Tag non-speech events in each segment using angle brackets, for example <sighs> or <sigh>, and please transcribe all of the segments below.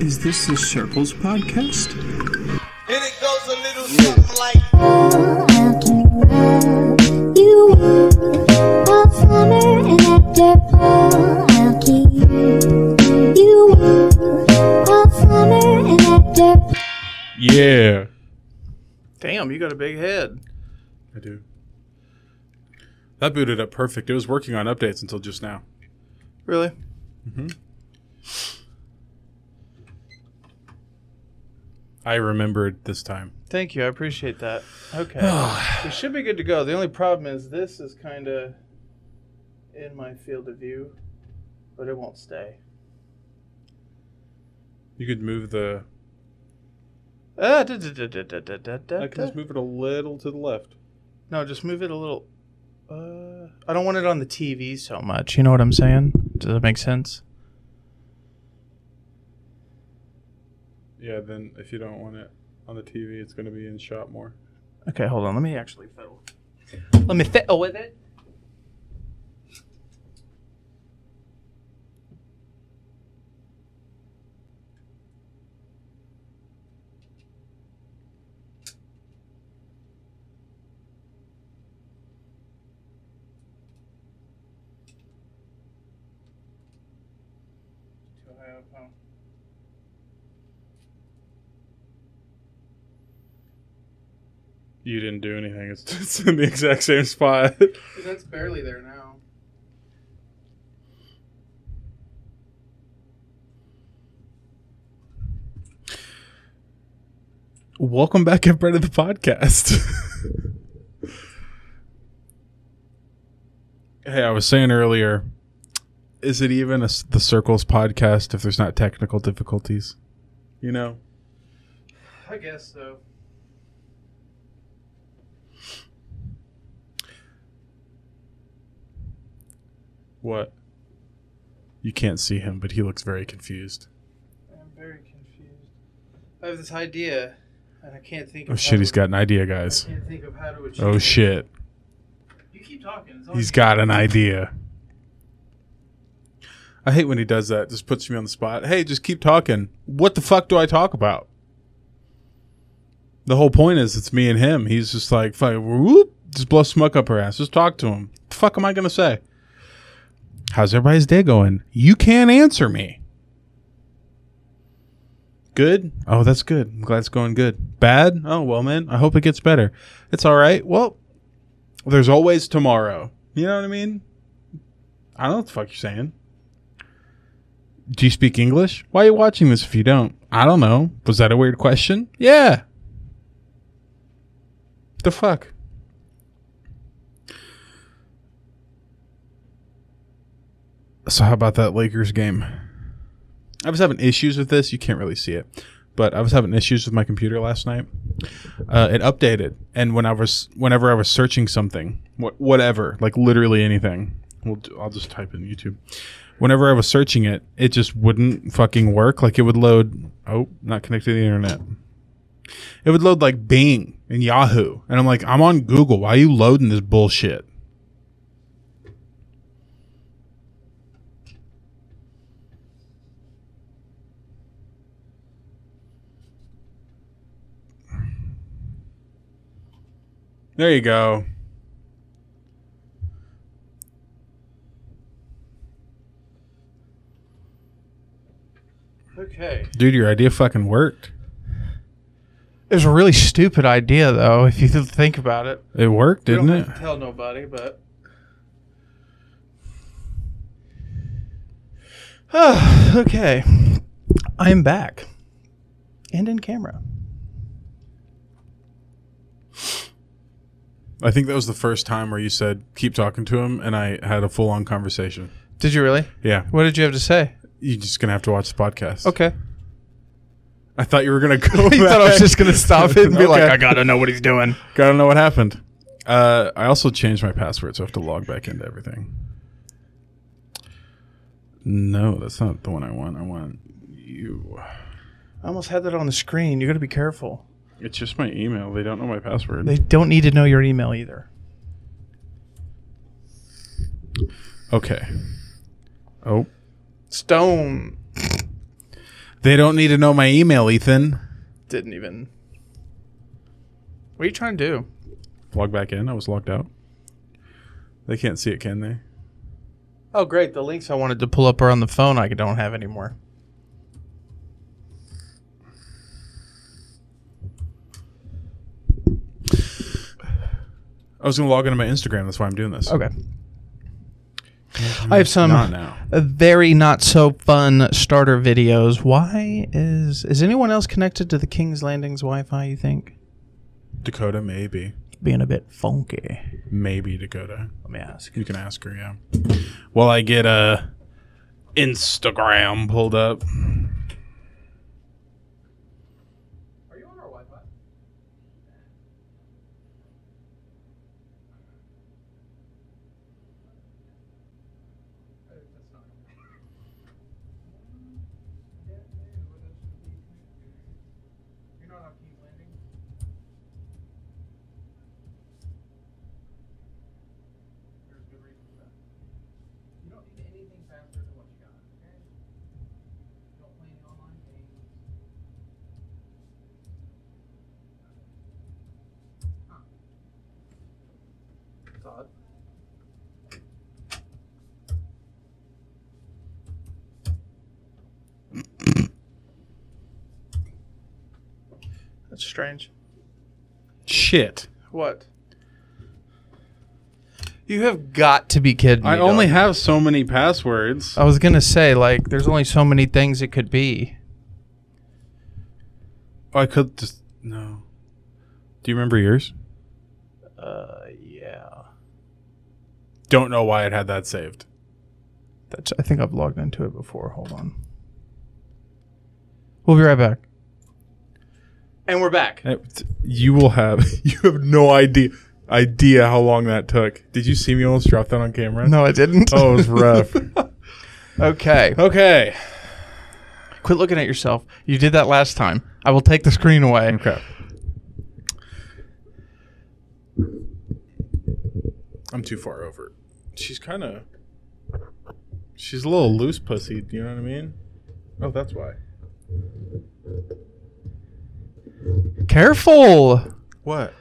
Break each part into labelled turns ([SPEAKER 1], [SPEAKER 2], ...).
[SPEAKER 1] Is this the Circles podcast?
[SPEAKER 2] And it goes a little something like.
[SPEAKER 3] Yeah.
[SPEAKER 1] Damn, you got a big head.
[SPEAKER 3] I do. That booted up perfect. It was working on updates until just now.
[SPEAKER 1] Really?
[SPEAKER 3] I remembered this time.
[SPEAKER 1] Thank you. I appreciate that. <sighs> Okay. we should be good to go. The only problem is this is kind of in my field of view, but it won't stay.
[SPEAKER 3] You could move the.
[SPEAKER 1] Ah, da, da, da, da, da, da, da, da,
[SPEAKER 3] I can just
[SPEAKER 1] da.
[SPEAKER 3] move it a little to the left.
[SPEAKER 1] No, just move it a little. Uh, I don't want it on the TV so much. You know what I'm saying? Does that make sense?
[SPEAKER 3] Yeah, then if you don't want it on the TV, it's going to be in shot more.
[SPEAKER 1] Okay, hold on. Let me actually fiddle. Let me fiddle with it. Too high up, huh?
[SPEAKER 3] You didn't do anything. It's, it's <laughs> in the exact same spot. <laughs>
[SPEAKER 1] That's barely there now.
[SPEAKER 3] Welcome back, everybody, to the podcast. <laughs> hey, I was saying earlier, is it even a s the Circles podcast if there's not technical difficulties? You know,
[SPEAKER 1] I guess so.
[SPEAKER 3] What? You can't see him, but he looks very confused.
[SPEAKER 1] I'm very confused. I have this idea, and I can't think.
[SPEAKER 3] Oh
[SPEAKER 1] of
[SPEAKER 3] shit,
[SPEAKER 1] How
[SPEAKER 3] he's
[SPEAKER 1] to,
[SPEAKER 3] got an idea,
[SPEAKER 1] I
[SPEAKER 3] guys.
[SPEAKER 1] can't think of how to achieve.
[SPEAKER 3] Oh shit,
[SPEAKER 1] You keep talking. It's all
[SPEAKER 3] he's
[SPEAKER 1] you.
[SPEAKER 3] got an idea. I hate when he does that. Just puts me on the spot. Hey, just keep talking. What the fuck do I talk about? The whole point is it's me and him. He's just like, fuck, whoop, just blow smoke up her ass. Just talk to him. The fuck am I gonna say? How's everybody's day going? You can't answer me. Good? Oh, that's good. I'm glad it's going good. Bad? Oh, well, man, I hope it gets better. It's all right. Well, there's always tomorrow. You know what I mean? I don't know what the fuck you're saying. Do you speak English? Why are you watching this if you don't? I don't know. Was that a weird question? Yeah. The fuck? So, how about that Lakers game? I was having issues with this. You can't really see it, but I was having issues with my computer last night. Uh, it updated, and when I was, whenever I was searching something, wh- whatever, like literally anything, we'll do, I'll just type in YouTube. Whenever I was searching it, it just wouldn't fucking work. Like it would load. Oh, not connected to the internet. It would load like Bing and Yahoo, and I'm like, I'm on Google. Why are you loading this bullshit? There you go.
[SPEAKER 1] Okay.
[SPEAKER 3] Dude, your idea fucking worked.
[SPEAKER 1] It was a really stupid idea, though, if you th- think about it.
[SPEAKER 3] It worked,
[SPEAKER 1] We
[SPEAKER 3] didn't
[SPEAKER 1] don't
[SPEAKER 3] it?
[SPEAKER 1] have to tell nobody, but. <sighs> okay. I am back. And in camera.
[SPEAKER 3] I think that was the first time where you said, keep talking to him, and I had a full on conversation.
[SPEAKER 1] Did you really?
[SPEAKER 3] Yeah.
[SPEAKER 1] What did you have to say?
[SPEAKER 3] You're just going to have to watch the podcast.
[SPEAKER 1] Okay. <laughs>
[SPEAKER 3] I thought <laughs> you were going to go.
[SPEAKER 1] You thought I was
[SPEAKER 3] back.
[SPEAKER 1] just <laughs> going to stop it and be like,
[SPEAKER 3] Okay.
[SPEAKER 1] I got to know what he's doing.
[SPEAKER 3] I don't know what happened. Uh, I also changed my password, so I have to log back into everything. No, that's not the one I want. I want you.
[SPEAKER 1] I almost had that on the screen. You got to be careful.
[SPEAKER 3] It's just my email. They don't know my password.
[SPEAKER 1] They don't need to know your email either.
[SPEAKER 3] okay. Oh.
[SPEAKER 1] Stone.
[SPEAKER 3] They don't need to know my email, Ethan.
[SPEAKER 1] Didn't even. What are you trying to do?
[SPEAKER 3] Log back in. I was logged out. They can't see it, can they?
[SPEAKER 1] Oh, great. The links I wanted to pull up are on the phone. I don't have anymore.
[SPEAKER 3] I was gonna log into my Instagram. That's why I'm doing this.
[SPEAKER 1] Okay. I have some
[SPEAKER 3] Not now.
[SPEAKER 1] very not so fun starter videos. Why is is anyone else connected to the King's Landing's Wi-Fi? You think
[SPEAKER 3] Dakota, maybe,
[SPEAKER 1] being a bit funky?
[SPEAKER 3] maybe Dakota.
[SPEAKER 1] Let me ask.
[SPEAKER 3] You can ask her. Yeah. While I get uh, Instagram pulled up.
[SPEAKER 4] Are you on our Wi-Fi? You're not on King's Landing? There's good reason for that. You don't need anything faster than what you got, okay? Don't play any online games. Todd?
[SPEAKER 1] That's strange.
[SPEAKER 3] Shit.
[SPEAKER 1] What? You have got to be kidding me.
[SPEAKER 3] I only
[SPEAKER 1] dog.
[SPEAKER 3] have so many passwords.
[SPEAKER 1] I was gonna say like, there's only so many things it could be.
[SPEAKER 3] Oh, I could just no. Do you remember yours?
[SPEAKER 1] Uh, yeah.
[SPEAKER 3] Don't know why it had that saved.
[SPEAKER 1] That's. I think I've logged into it before. Hold on. We'll be right back. And we're back.
[SPEAKER 3] It- You will have. <laughs> You have no idea idea how long that took. Did you see me almost drop that on camera?
[SPEAKER 1] No, I didn't.
[SPEAKER 3] Oh, it was <laughs> rough.
[SPEAKER 1] <laughs> okay.
[SPEAKER 3] okay.
[SPEAKER 1] Oh. Quit looking at yourself. You did that last time. I will take the screen away.
[SPEAKER 3] Okay. I'm too far over. She's kind of. She's a little loose pussy. You know what I mean? Oh, that's why.
[SPEAKER 1] Careful.
[SPEAKER 3] What?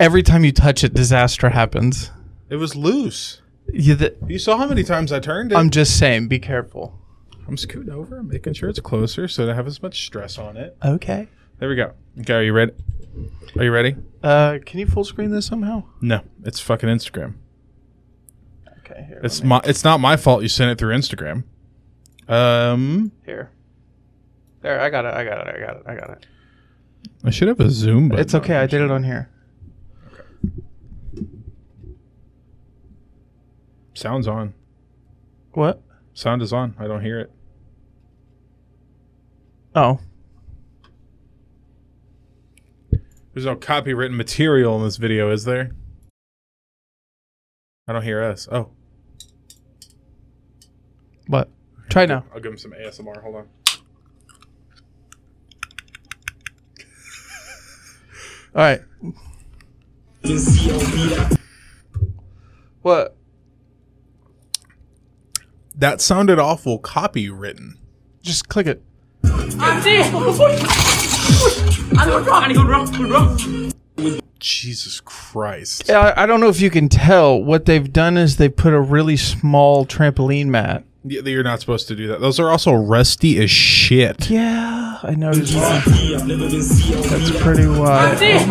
[SPEAKER 1] Every time you touch it, disaster happens.
[SPEAKER 3] It was loose.
[SPEAKER 1] You th-
[SPEAKER 3] You saw how many times I turned it.
[SPEAKER 1] I'm just saying, be careful.
[SPEAKER 3] I'm scooting over. I'm making sure it's closer so I don't have as much stress on it.
[SPEAKER 1] Okay.
[SPEAKER 3] There we go. Okay, are you ready? Are you ready?
[SPEAKER 1] Uh, can you full screen this somehow?
[SPEAKER 3] No, it's fucking Instagram.
[SPEAKER 1] Okay. Here.
[SPEAKER 3] It's
[SPEAKER 1] let me-
[SPEAKER 3] my. It's not my fault. You sent it through Instagram. Um,
[SPEAKER 1] here. There. I got it. I got it. I got it. I got it.
[SPEAKER 3] I should have a Zoom. Button
[SPEAKER 1] it's okay. I did it on here.
[SPEAKER 3] Sounds on.
[SPEAKER 1] What?
[SPEAKER 3] Sound is on. I don't hear it.
[SPEAKER 1] Oh.
[SPEAKER 3] There's no copywritten material in this video, is there? I don't hear us. Oh,
[SPEAKER 1] What? Try now.
[SPEAKER 3] I'll give him some ASMR. Hold on.
[SPEAKER 1] All right. What?
[SPEAKER 3] That sounded awful copywritten.
[SPEAKER 1] Just click it.
[SPEAKER 5] 安静！安静，抓！你给我抓！给我抓！
[SPEAKER 3] Jesus Christ.
[SPEAKER 1] I, I don't know if you can tell. What they've done is they put a really small trampoline mat.
[SPEAKER 3] Yeah, You're not supposed to do that. Those are also rusty as shit.
[SPEAKER 1] Yeah, I noticed. That. That's pretty wild.
[SPEAKER 5] 安静！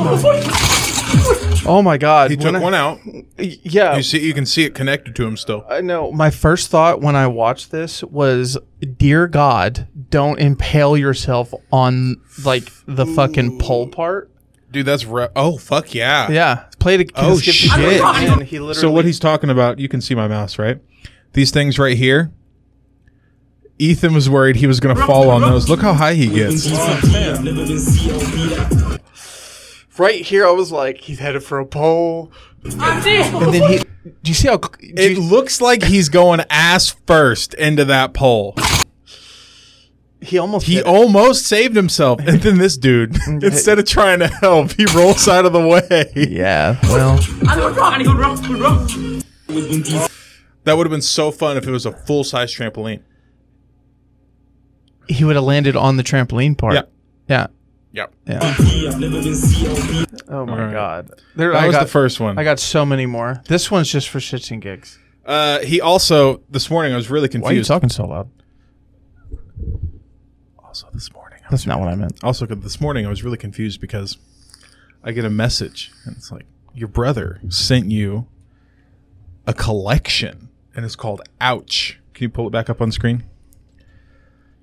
[SPEAKER 1] Oh my god!
[SPEAKER 3] He
[SPEAKER 1] when
[SPEAKER 3] took
[SPEAKER 1] I-
[SPEAKER 3] one out.
[SPEAKER 1] Yeah,
[SPEAKER 3] You see, you can see it connected to him still.
[SPEAKER 1] I know. My first thought when I watched this was, "Dear God, don't impale yourself on like the fucking pole part."
[SPEAKER 3] Dude, that's re- oh fuck yeah.
[SPEAKER 1] Yeah, played a
[SPEAKER 3] Oh, shit.
[SPEAKER 1] And he literally
[SPEAKER 3] So what he's talking about, you can see my mouse, right? These things right here. Ethan was worried he was going to fall on those. Look how high he gets.
[SPEAKER 1] right here, I was like, he's headed for a pole,
[SPEAKER 5] 安静！
[SPEAKER 1] and then he. Do you see how? do
[SPEAKER 3] It
[SPEAKER 1] you-
[SPEAKER 3] looks like he's going ass first into that pole.
[SPEAKER 1] he almost
[SPEAKER 3] He
[SPEAKER 1] did it.
[SPEAKER 3] almost saved himself. And then this <laughs> dude, instead of trying to help, he rolls out of the way.
[SPEAKER 1] Yeah. Well.
[SPEAKER 5] 安静，抓！你给我抓！给我抓！
[SPEAKER 3] That would have been so fun if it was a full size trampoline.
[SPEAKER 1] he would have landed on the trampoline part.
[SPEAKER 3] Yeah.
[SPEAKER 1] Yeah.
[SPEAKER 3] Yep.
[SPEAKER 1] Yeah. Oh my
[SPEAKER 3] Alright.
[SPEAKER 1] god. There,
[SPEAKER 3] That
[SPEAKER 1] I
[SPEAKER 3] was
[SPEAKER 1] got,
[SPEAKER 3] the first one.
[SPEAKER 1] I got so many more. This one's just for shits and gigs.
[SPEAKER 3] uh, he also this morning I was really confused.
[SPEAKER 1] Why are you talking so loud?
[SPEAKER 3] Also this morning.
[SPEAKER 1] That's not what I meant.
[SPEAKER 3] Also 'cause this morning I was really confused because I get a message and it's like your brother sent you a collection and it's called Ouch. Can you pull it back up on screen?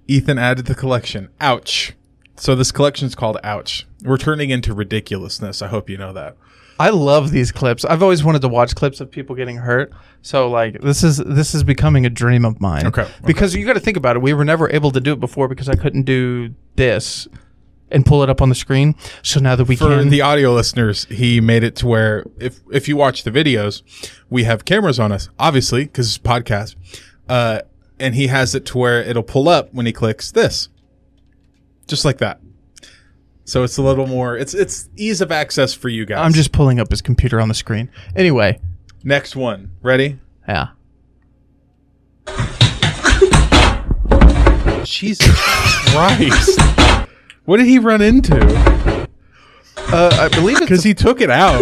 [SPEAKER 3] Ethan added the collection. Ouch. So this collection is called Ouch. We're turning into ridiculousness. I hope you know that.
[SPEAKER 1] I love these clips. I've always wanted to watch clips of people getting hurt. So like this is this is becoming a dream of mine.
[SPEAKER 3] Okay, okay.
[SPEAKER 1] Because you got to think about it. We were never able to do it before because I couldn't do this and pull it up on the screen. So now that we
[SPEAKER 3] for
[SPEAKER 1] can,
[SPEAKER 3] the audio listeners, he made it to where if if you watch the videos, we have cameras on us, obviously, because it's a podcast. Uh, and he has it to where it'll pull up when he clicks this, just like that. So it's a little more. It's it's ease of access for you guys.
[SPEAKER 1] I'm just pulling up his computer on the screen. Anyway,
[SPEAKER 3] next one. Ready?
[SPEAKER 1] yeah.
[SPEAKER 3] Jesus <laughs> Christ!
[SPEAKER 1] <laughs>
[SPEAKER 3] What did he run into?
[SPEAKER 1] Uh, I believe it's
[SPEAKER 3] Because he took it out.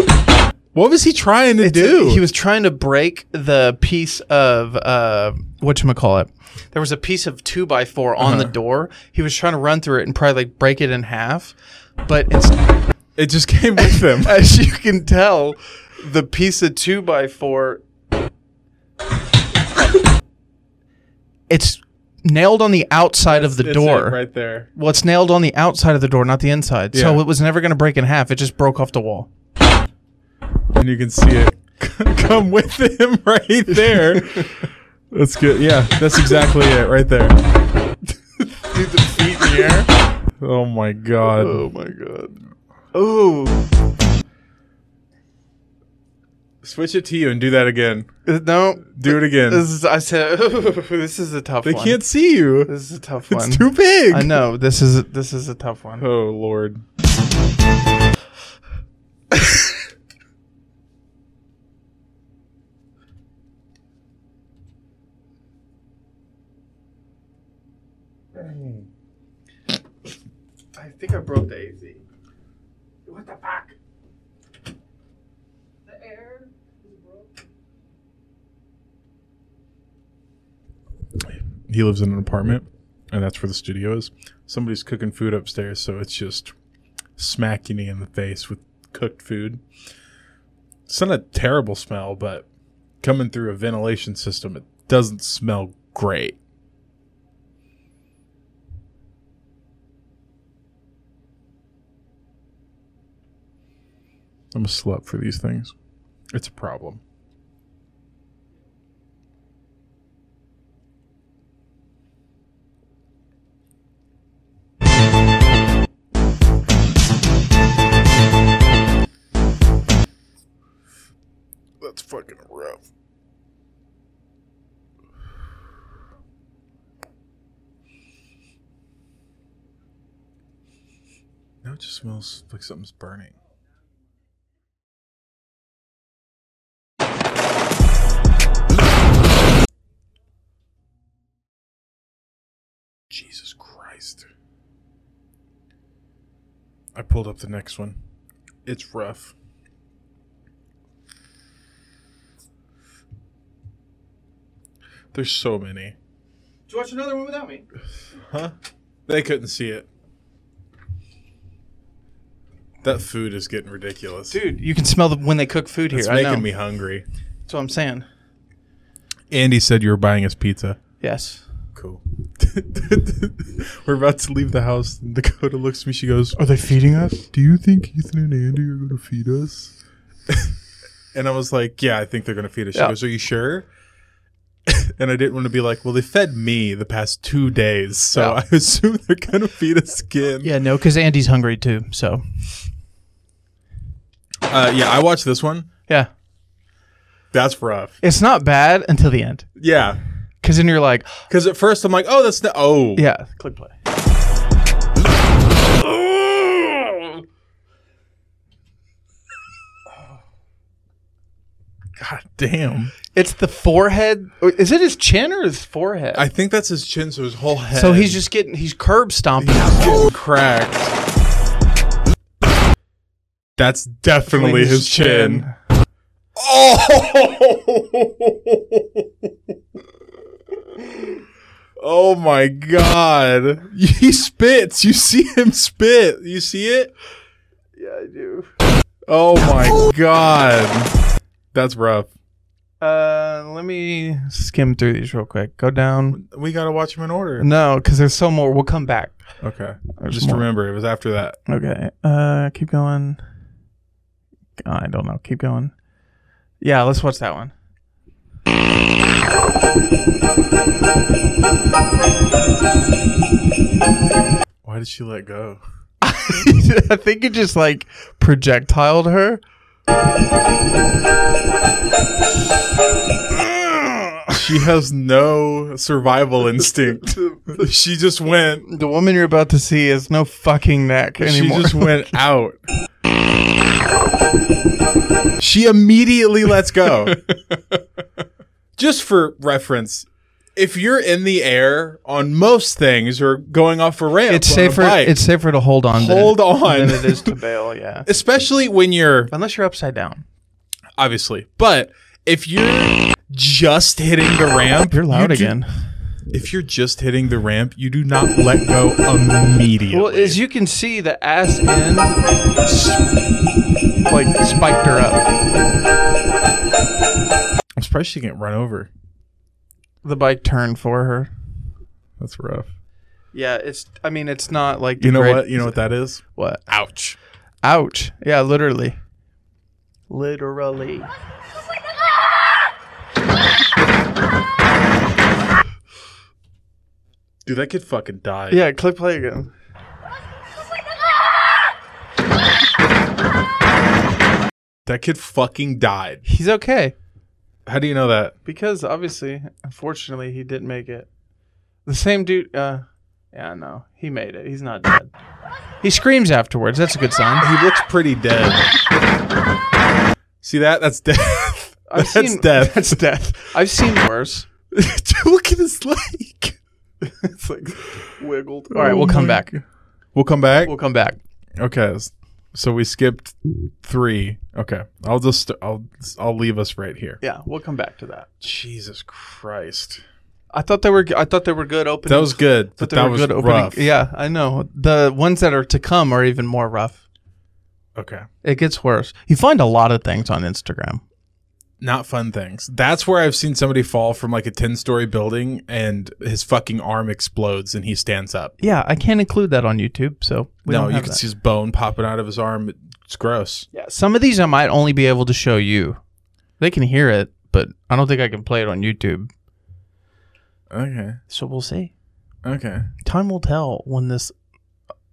[SPEAKER 3] What was he trying to
[SPEAKER 1] It's-
[SPEAKER 3] do?
[SPEAKER 1] He was trying to break the piece of uh, what you call it. There was a piece of two by four on
[SPEAKER 3] Uh-huh.
[SPEAKER 1] the door. He was trying to run through it and probably like break it in half, but it's, <laughs>
[SPEAKER 3] It just came with him.
[SPEAKER 1] as you can tell, the piece of two by four. <laughs> It's nailed on the outside of the
[SPEAKER 3] It's it
[SPEAKER 1] door.
[SPEAKER 3] right there.
[SPEAKER 1] Well, it's nailed on the outside of the door, not the inside. So
[SPEAKER 3] Yeah.
[SPEAKER 1] it was never going to break in half. It just broke off the wall.
[SPEAKER 3] and you can see it <laughs> come with him <laughs> right there. That's good. Yeah, that's exactly it right there. Dude, the feet in the air. Oh my god. Oh my god.
[SPEAKER 1] Ooh.
[SPEAKER 3] Switch it to you and do that again.
[SPEAKER 1] No,
[SPEAKER 3] Do it again.
[SPEAKER 1] This is, I said, <laughs> this is a tough
[SPEAKER 3] they
[SPEAKER 1] one.
[SPEAKER 3] can't see you.
[SPEAKER 1] This is a tough one.
[SPEAKER 3] It's too big.
[SPEAKER 1] I know this is this is a tough one.
[SPEAKER 3] Oh lord.
[SPEAKER 6] I think I broke the AZ.
[SPEAKER 7] What the fuck?
[SPEAKER 8] The air is broken.
[SPEAKER 3] He lives in an apartment, and that's where the studio is. Somebody's cooking food upstairs, so it's just smacking you in the face with cooked food. It's not a terrible smell, but coming through a ventilation system, it doesn't smell great. I'm a slut for these things. It's a problem. That's fucking rough. Now it just smells like something's burning. Jesus Christ. I pulled up the next one. It's rough. There's so many.
[SPEAKER 6] Did you watch another one without me?
[SPEAKER 3] Huh? They couldn't see it. That food is getting ridiculous.
[SPEAKER 1] Dude, you can smell the, when they cook food here.
[SPEAKER 3] it's
[SPEAKER 1] I know.
[SPEAKER 3] making me hungry.
[SPEAKER 1] That's what I'm saying.
[SPEAKER 3] Andy said you were buying us pizza.
[SPEAKER 1] Yes.
[SPEAKER 3] Cool. <laughs> we're about to leave the house. and Dakota looks at me. She goes,
[SPEAKER 1] they feeding us?
[SPEAKER 3] Do you think Ethan and Andy are going to feed us? <laughs> and I was like, Yeah, I think they're going to feed us. She
[SPEAKER 1] Yeah.
[SPEAKER 3] goes, Are you sure? <laughs> and I didn't want to be like, Well, they fed me the past two days. So
[SPEAKER 1] Yeah.
[SPEAKER 3] <laughs> I assume they're going to feed us again.
[SPEAKER 1] Yeah, no, because Andy's hungry too. So
[SPEAKER 3] Uh, yeah, I watched this one.
[SPEAKER 1] yeah,
[SPEAKER 3] That's rough.
[SPEAKER 1] it's not bad until the end.
[SPEAKER 3] Yeah.
[SPEAKER 1] Because then you're like,
[SPEAKER 3] Because at first I'm like, oh, that's the. Oh.
[SPEAKER 1] yeah, click play.
[SPEAKER 3] God damn.
[SPEAKER 1] It's the forehead. or Is it his chin or his forehead?
[SPEAKER 3] I think that's his chin, so his whole head.
[SPEAKER 1] so he's just getting he's curb stomping.
[SPEAKER 3] He's getting cracked. That's definitely his chin. Oh! Oh my god. He spits. You see him spit. You see it?
[SPEAKER 6] Yeah, I do.
[SPEAKER 3] Oh my god. That's rough.
[SPEAKER 1] Uh, let me skim through these real quick. Go down.
[SPEAKER 3] We gotta watch him in order.
[SPEAKER 1] No, because there's so more. We'll come back.
[SPEAKER 3] Okay.
[SPEAKER 1] There's
[SPEAKER 3] Just
[SPEAKER 1] more.
[SPEAKER 3] remember, it was after that.
[SPEAKER 1] Okay. Uh, keep going. I don't know. Keep going. Yeah, let's watch that <laughs> one.
[SPEAKER 3] Why did she let go?
[SPEAKER 1] I think it just like projectiled her.
[SPEAKER 3] She has no survival
[SPEAKER 6] <laughs>
[SPEAKER 3] instinct. She just went.
[SPEAKER 1] The woman you're about to see has no fucking neck anymore.
[SPEAKER 3] She
[SPEAKER 1] <laughs>
[SPEAKER 3] just went out. she immediately lets go. <laughs> just for reference, if you're in the air on most things or going off a ramp,
[SPEAKER 1] it's
[SPEAKER 3] on a
[SPEAKER 1] safer.
[SPEAKER 3] bike,
[SPEAKER 1] It's safer to hold on.
[SPEAKER 3] hold on.
[SPEAKER 1] than it
[SPEAKER 3] <laughs>
[SPEAKER 1] is to bail. <laughs> Yeah,
[SPEAKER 3] Especially when you're
[SPEAKER 1] unless you're upside down.
[SPEAKER 3] obviously, but if you're just hitting the ramp,
[SPEAKER 1] You're loud
[SPEAKER 3] you do-
[SPEAKER 1] again.
[SPEAKER 3] if you're just hitting the ramp, you do not let go immediately.
[SPEAKER 1] Well, as you can see, the ass end s- like spiked her up.
[SPEAKER 3] I'm surprised she didn't run over.
[SPEAKER 1] The bike turned for her.
[SPEAKER 3] That's rough.
[SPEAKER 1] Yeah, it's. I mean, it's not like the
[SPEAKER 3] You know
[SPEAKER 1] great-
[SPEAKER 3] what? You know what that is?
[SPEAKER 1] What?
[SPEAKER 3] Ouch.
[SPEAKER 1] Ouch. Yeah, literally. Literally.
[SPEAKER 3] Dude, that kid fucking died.
[SPEAKER 1] Yeah, click play again.
[SPEAKER 3] That kid fucking died.
[SPEAKER 1] He's okay
[SPEAKER 3] How do you know that?
[SPEAKER 1] because obviously, unfortunately, he didn't make it. The same dude. Uh, yeah, no, he made it. He's not dead. He screams afterwards. That's a good sign.
[SPEAKER 3] He looks pretty dead. See that? That's death. <laughs>
[SPEAKER 1] I've
[SPEAKER 3] that's
[SPEAKER 1] seen-
[SPEAKER 3] death. <laughs>
[SPEAKER 1] that's death. I've seen worse.
[SPEAKER 3] Dude, Look at his leg.
[SPEAKER 1] It's like wiggled. All right, we'll
[SPEAKER 3] Oh my
[SPEAKER 1] come back.
[SPEAKER 3] We'll come back.
[SPEAKER 1] We'll come back.
[SPEAKER 3] Okay. s- So we skipped three. Okay. I'll just I'll I'll leave us right here.
[SPEAKER 1] Yeah, we'll come back to that.
[SPEAKER 3] Jesus Christ.
[SPEAKER 1] I thought they were. I thought they were good opening.
[SPEAKER 3] That was good, but, that was rough.
[SPEAKER 1] Yeah, I know. The ones that are to come are even more rough.
[SPEAKER 3] Okay.
[SPEAKER 1] It gets worse. You find a lot of things on Instagram.
[SPEAKER 3] not fun things. That's where I've seen somebody fall from like a 10 story building and his fucking arm explodes and he stands up.
[SPEAKER 1] Yeah, I can't include that on YouTube, so we
[SPEAKER 3] no,
[SPEAKER 1] don't
[SPEAKER 3] you
[SPEAKER 1] have
[SPEAKER 3] can
[SPEAKER 1] that.
[SPEAKER 3] see his bone popping out of his arm. It's gross.
[SPEAKER 1] Yeah, some of these I might only be able to show you. They can hear it, but I don't think I can play it on YouTube.
[SPEAKER 3] Okay.
[SPEAKER 1] So we'll see.
[SPEAKER 3] Okay.
[SPEAKER 1] Time will tell when this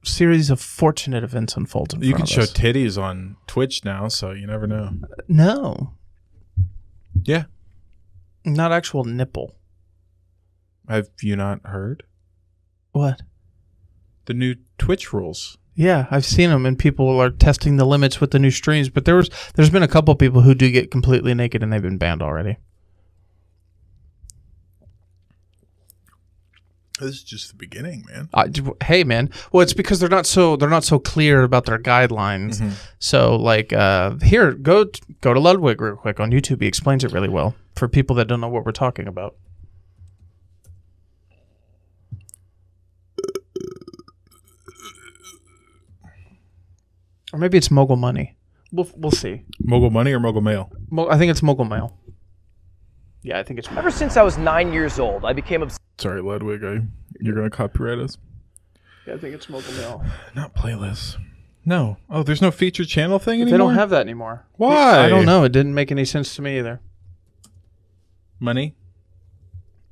[SPEAKER 1] series of fortunate events unfolds. In
[SPEAKER 3] You can
[SPEAKER 1] front of
[SPEAKER 3] show
[SPEAKER 1] us.
[SPEAKER 3] titties on Twitch now, so you never know.
[SPEAKER 1] no,
[SPEAKER 3] Yeah.
[SPEAKER 1] not actual nipple.
[SPEAKER 3] Have you not heard
[SPEAKER 1] What?
[SPEAKER 3] the new Twitch rules?
[SPEAKER 1] Yeah, I've seen them, and people are testing the limits with the new streams. But there was, there's been a couple people who do get completely naked, and they've been banned already.
[SPEAKER 3] This is just the beginning, man.
[SPEAKER 1] I, d- hey, man. Well, it's because they're not so they're not so clear about their guidelines. So, like, uh, here, go t- go to Ludwig real quick on YouTube. He explains it really well for people that don't know what we're talking about. Or maybe it's mogul money. We'll we'll see.
[SPEAKER 3] Mogul money or mogul mail?
[SPEAKER 1] Mo- I think it's mogul mail. Yeah, I think it's.
[SPEAKER 9] Ever since I was nine years old, I became obsessed.
[SPEAKER 3] Sorry, Ludwig. I, you're going to copyright us.
[SPEAKER 1] Yeah, I think it's mogul mail.
[SPEAKER 3] Not playlists. No. Oh, there's no feature channel thing anymore?
[SPEAKER 1] They don't have that anymore.
[SPEAKER 3] Why?
[SPEAKER 1] I don't know. It didn't make any sense to me either.
[SPEAKER 3] Money?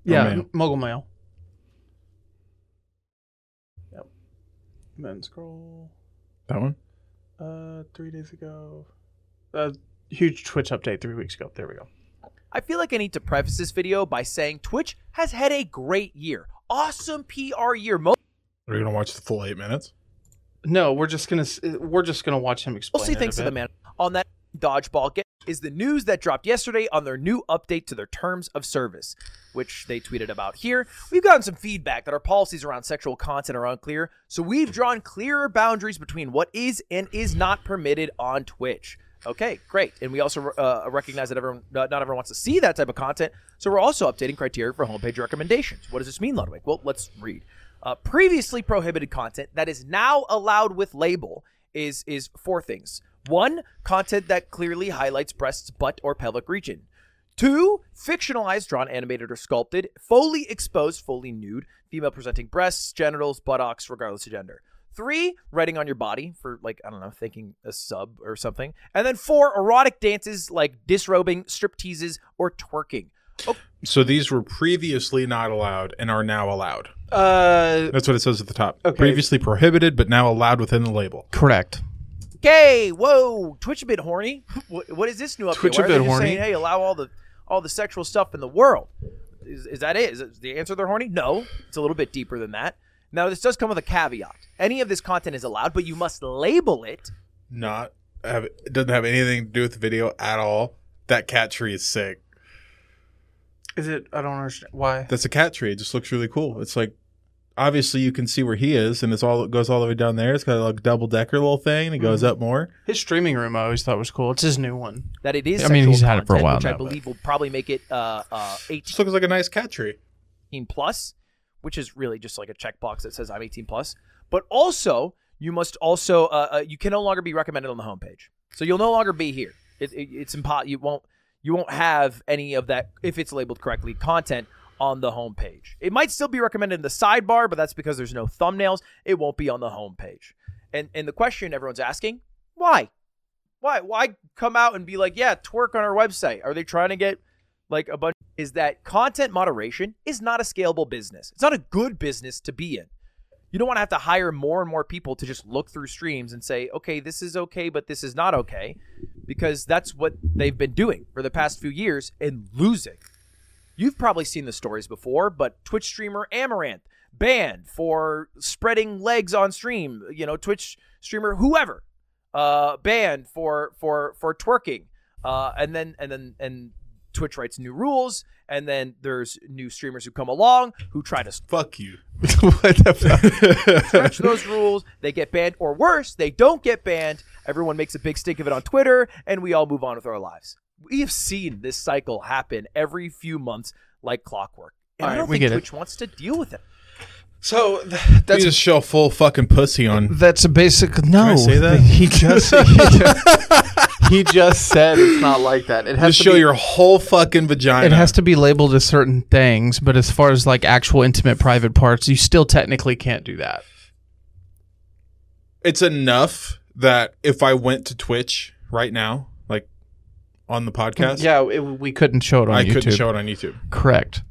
[SPEAKER 1] Yeah,
[SPEAKER 3] mail.
[SPEAKER 1] m- mogul mail. Yep. And then scroll.
[SPEAKER 3] That one?
[SPEAKER 1] Uh, three days ago. Uh, huge Twitch update three weeks ago. There we go.
[SPEAKER 9] I feel like I need to preface this video by saying Twitch has had a great year. Awesome PR year. Mo-
[SPEAKER 3] Are you going to watch the full eight minutes?
[SPEAKER 1] No, we're just gonna s- uh, we're just gonna watch him explain.
[SPEAKER 9] Mostly
[SPEAKER 1] it a
[SPEAKER 9] thanks to the
[SPEAKER 1] bit.
[SPEAKER 9] man on that dodgeball. Get is the news that dropped yesterday on their new update to their terms of service, which they tweeted about here. We've gotten some feedback that our policies around sexual content are unclear, so we've drawn clearer boundaries between what is and is not permitted on Twitch. Okay, great. And we also uh, recognize that everyone, not not everyone wants to see that type of content, so we're also updating criteria for homepage recommendations. What does this mean, Ludwig? Well, let's read. Uh, previously prohibited content that is now allowed with label is is four things. One, content that clearly highlights breasts, butt, or pelvic region. Two, fictionalized, drawn, animated, or sculpted, fully exposed, fully nude, female presenting breasts, genitals, buttocks, regardless of gender. Three, writing on your body for like, I don't know, thinking a sub or something. And then four, erotic dances like disrobing, strip teases, or twerking.
[SPEAKER 3] So these were previously not allowed and are now allowed.
[SPEAKER 6] Uh,
[SPEAKER 3] That's what it says at the top. Previously prohibited, but now allowed within the label.
[SPEAKER 1] Correct.
[SPEAKER 9] Okay, whoa, Twitch a bit horny. <laughs> What, what is this new update?
[SPEAKER 1] Twitch a
[SPEAKER 9] Why are they
[SPEAKER 1] bit
[SPEAKER 9] just
[SPEAKER 1] horny.
[SPEAKER 9] Saying, hey, allow all the all the sexual stuff in the world. Is, is that it? Is it the answer? They're horny. No, it's a little bit deeper than that. Now, this does come with a caveat. Any of this content is allowed, but you must label it.
[SPEAKER 3] Not have it doesn't have anything to do with the video at all. That cat tree is sick.
[SPEAKER 1] Is it? I don't understand why.
[SPEAKER 3] That's a cat tree. It just looks really cool. It's like obviously you can see where he is, and it's all it goes all the way down there. It's got a like double decker little thing, and it goes up more.
[SPEAKER 1] His streaming room I always thought was cool. It's his new one.
[SPEAKER 9] That it is.
[SPEAKER 1] I mean,
[SPEAKER 9] sexual
[SPEAKER 1] he's had it for a
[SPEAKER 9] content,
[SPEAKER 1] while
[SPEAKER 9] which I
[SPEAKER 1] now, but-
[SPEAKER 9] believe will probably make it uh, uh,
[SPEAKER 3] Just
[SPEAKER 9] 18
[SPEAKER 3] looks like a nice cat tree.
[SPEAKER 9] plus, which is really just like a checkbox that says I'm 18 plus. But also, you must also uh, uh, you can no longer be recommended on the homepage, so you'll no longer be here. It, it, it's impo- You won't you won't have any of that if it's labeled correctly content on the homepage. It might still be recommended in the sidebar, but that's because there's no thumbnails. It won't be on the homepage. And and the question everyone's asking, why? Why why come out and be like, yeah, twerk on our website? Are they trying to get like a bunch is that content moderation is not a scalable business. It's not a good business to be in. You don't want to have to hire more and more people to just look through streams and say, okay, this is okay, but this is not okay, because that's what they've been doing for the past few years and losing. You've probably seen the stories before, but Twitch streamer Amaranth banned for spreading legs on stream. You know, Twitch streamer whoever uh, banned for for for twerking, uh, and then and then and Twitch writes new rules, and then there's new streamers who come along who try to
[SPEAKER 3] Fuck <laughs> you.
[SPEAKER 1] what the fuck?
[SPEAKER 9] stretch
[SPEAKER 1] <laughs>
[SPEAKER 9] those rules. They get banned, or worse, they don't get banned. Everyone makes a big stink of it on Twitter, and we all move on with our lives. We have seen this cycle happen every few months, like clockwork. And I
[SPEAKER 1] All right,
[SPEAKER 9] don't
[SPEAKER 1] we
[SPEAKER 9] think
[SPEAKER 1] get it.
[SPEAKER 9] Twitch wants to deal with it.
[SPEAKER 1] So
[SPEAKER 3] <laughs>
[SPEAKER 1] th-
[SPEAKER 3] That's
[SPEAKER 1] that's
[SPEAKER 3] just show full fucking pussy on.
[SPEAKER 1] that's a basic no.
[SPEAKER 3] I say that?
[SPEAKER 1] <laughs> He just,
[SPEAKER 3] <laughs>
[SPEAKER 1] he just
[SPEAKER 10] He just said it's not like that. It has
[SPEAKER 3] Just
[SPEAKER 10] to
[SPEAKER 3] show
[SPEAKER 10] be,
[SPEAKER 3] your whole fucking vagina.
[SPEAKER 1] it has to be labeled as certain things, but as far as like actual intimate private parts, you still technically can't do that.
[SPEAKER 3] it's enough that if I went to Twitch right now, like on the podcast,
[SPEAKER 1] Yeah, it, we couldn't show it on
[SPEAKER 3] I
[SPEAKER 1] YouTube.
[SPEAKER 3] couldn't show it on YouTube.
[SPEAKER 1] Correct.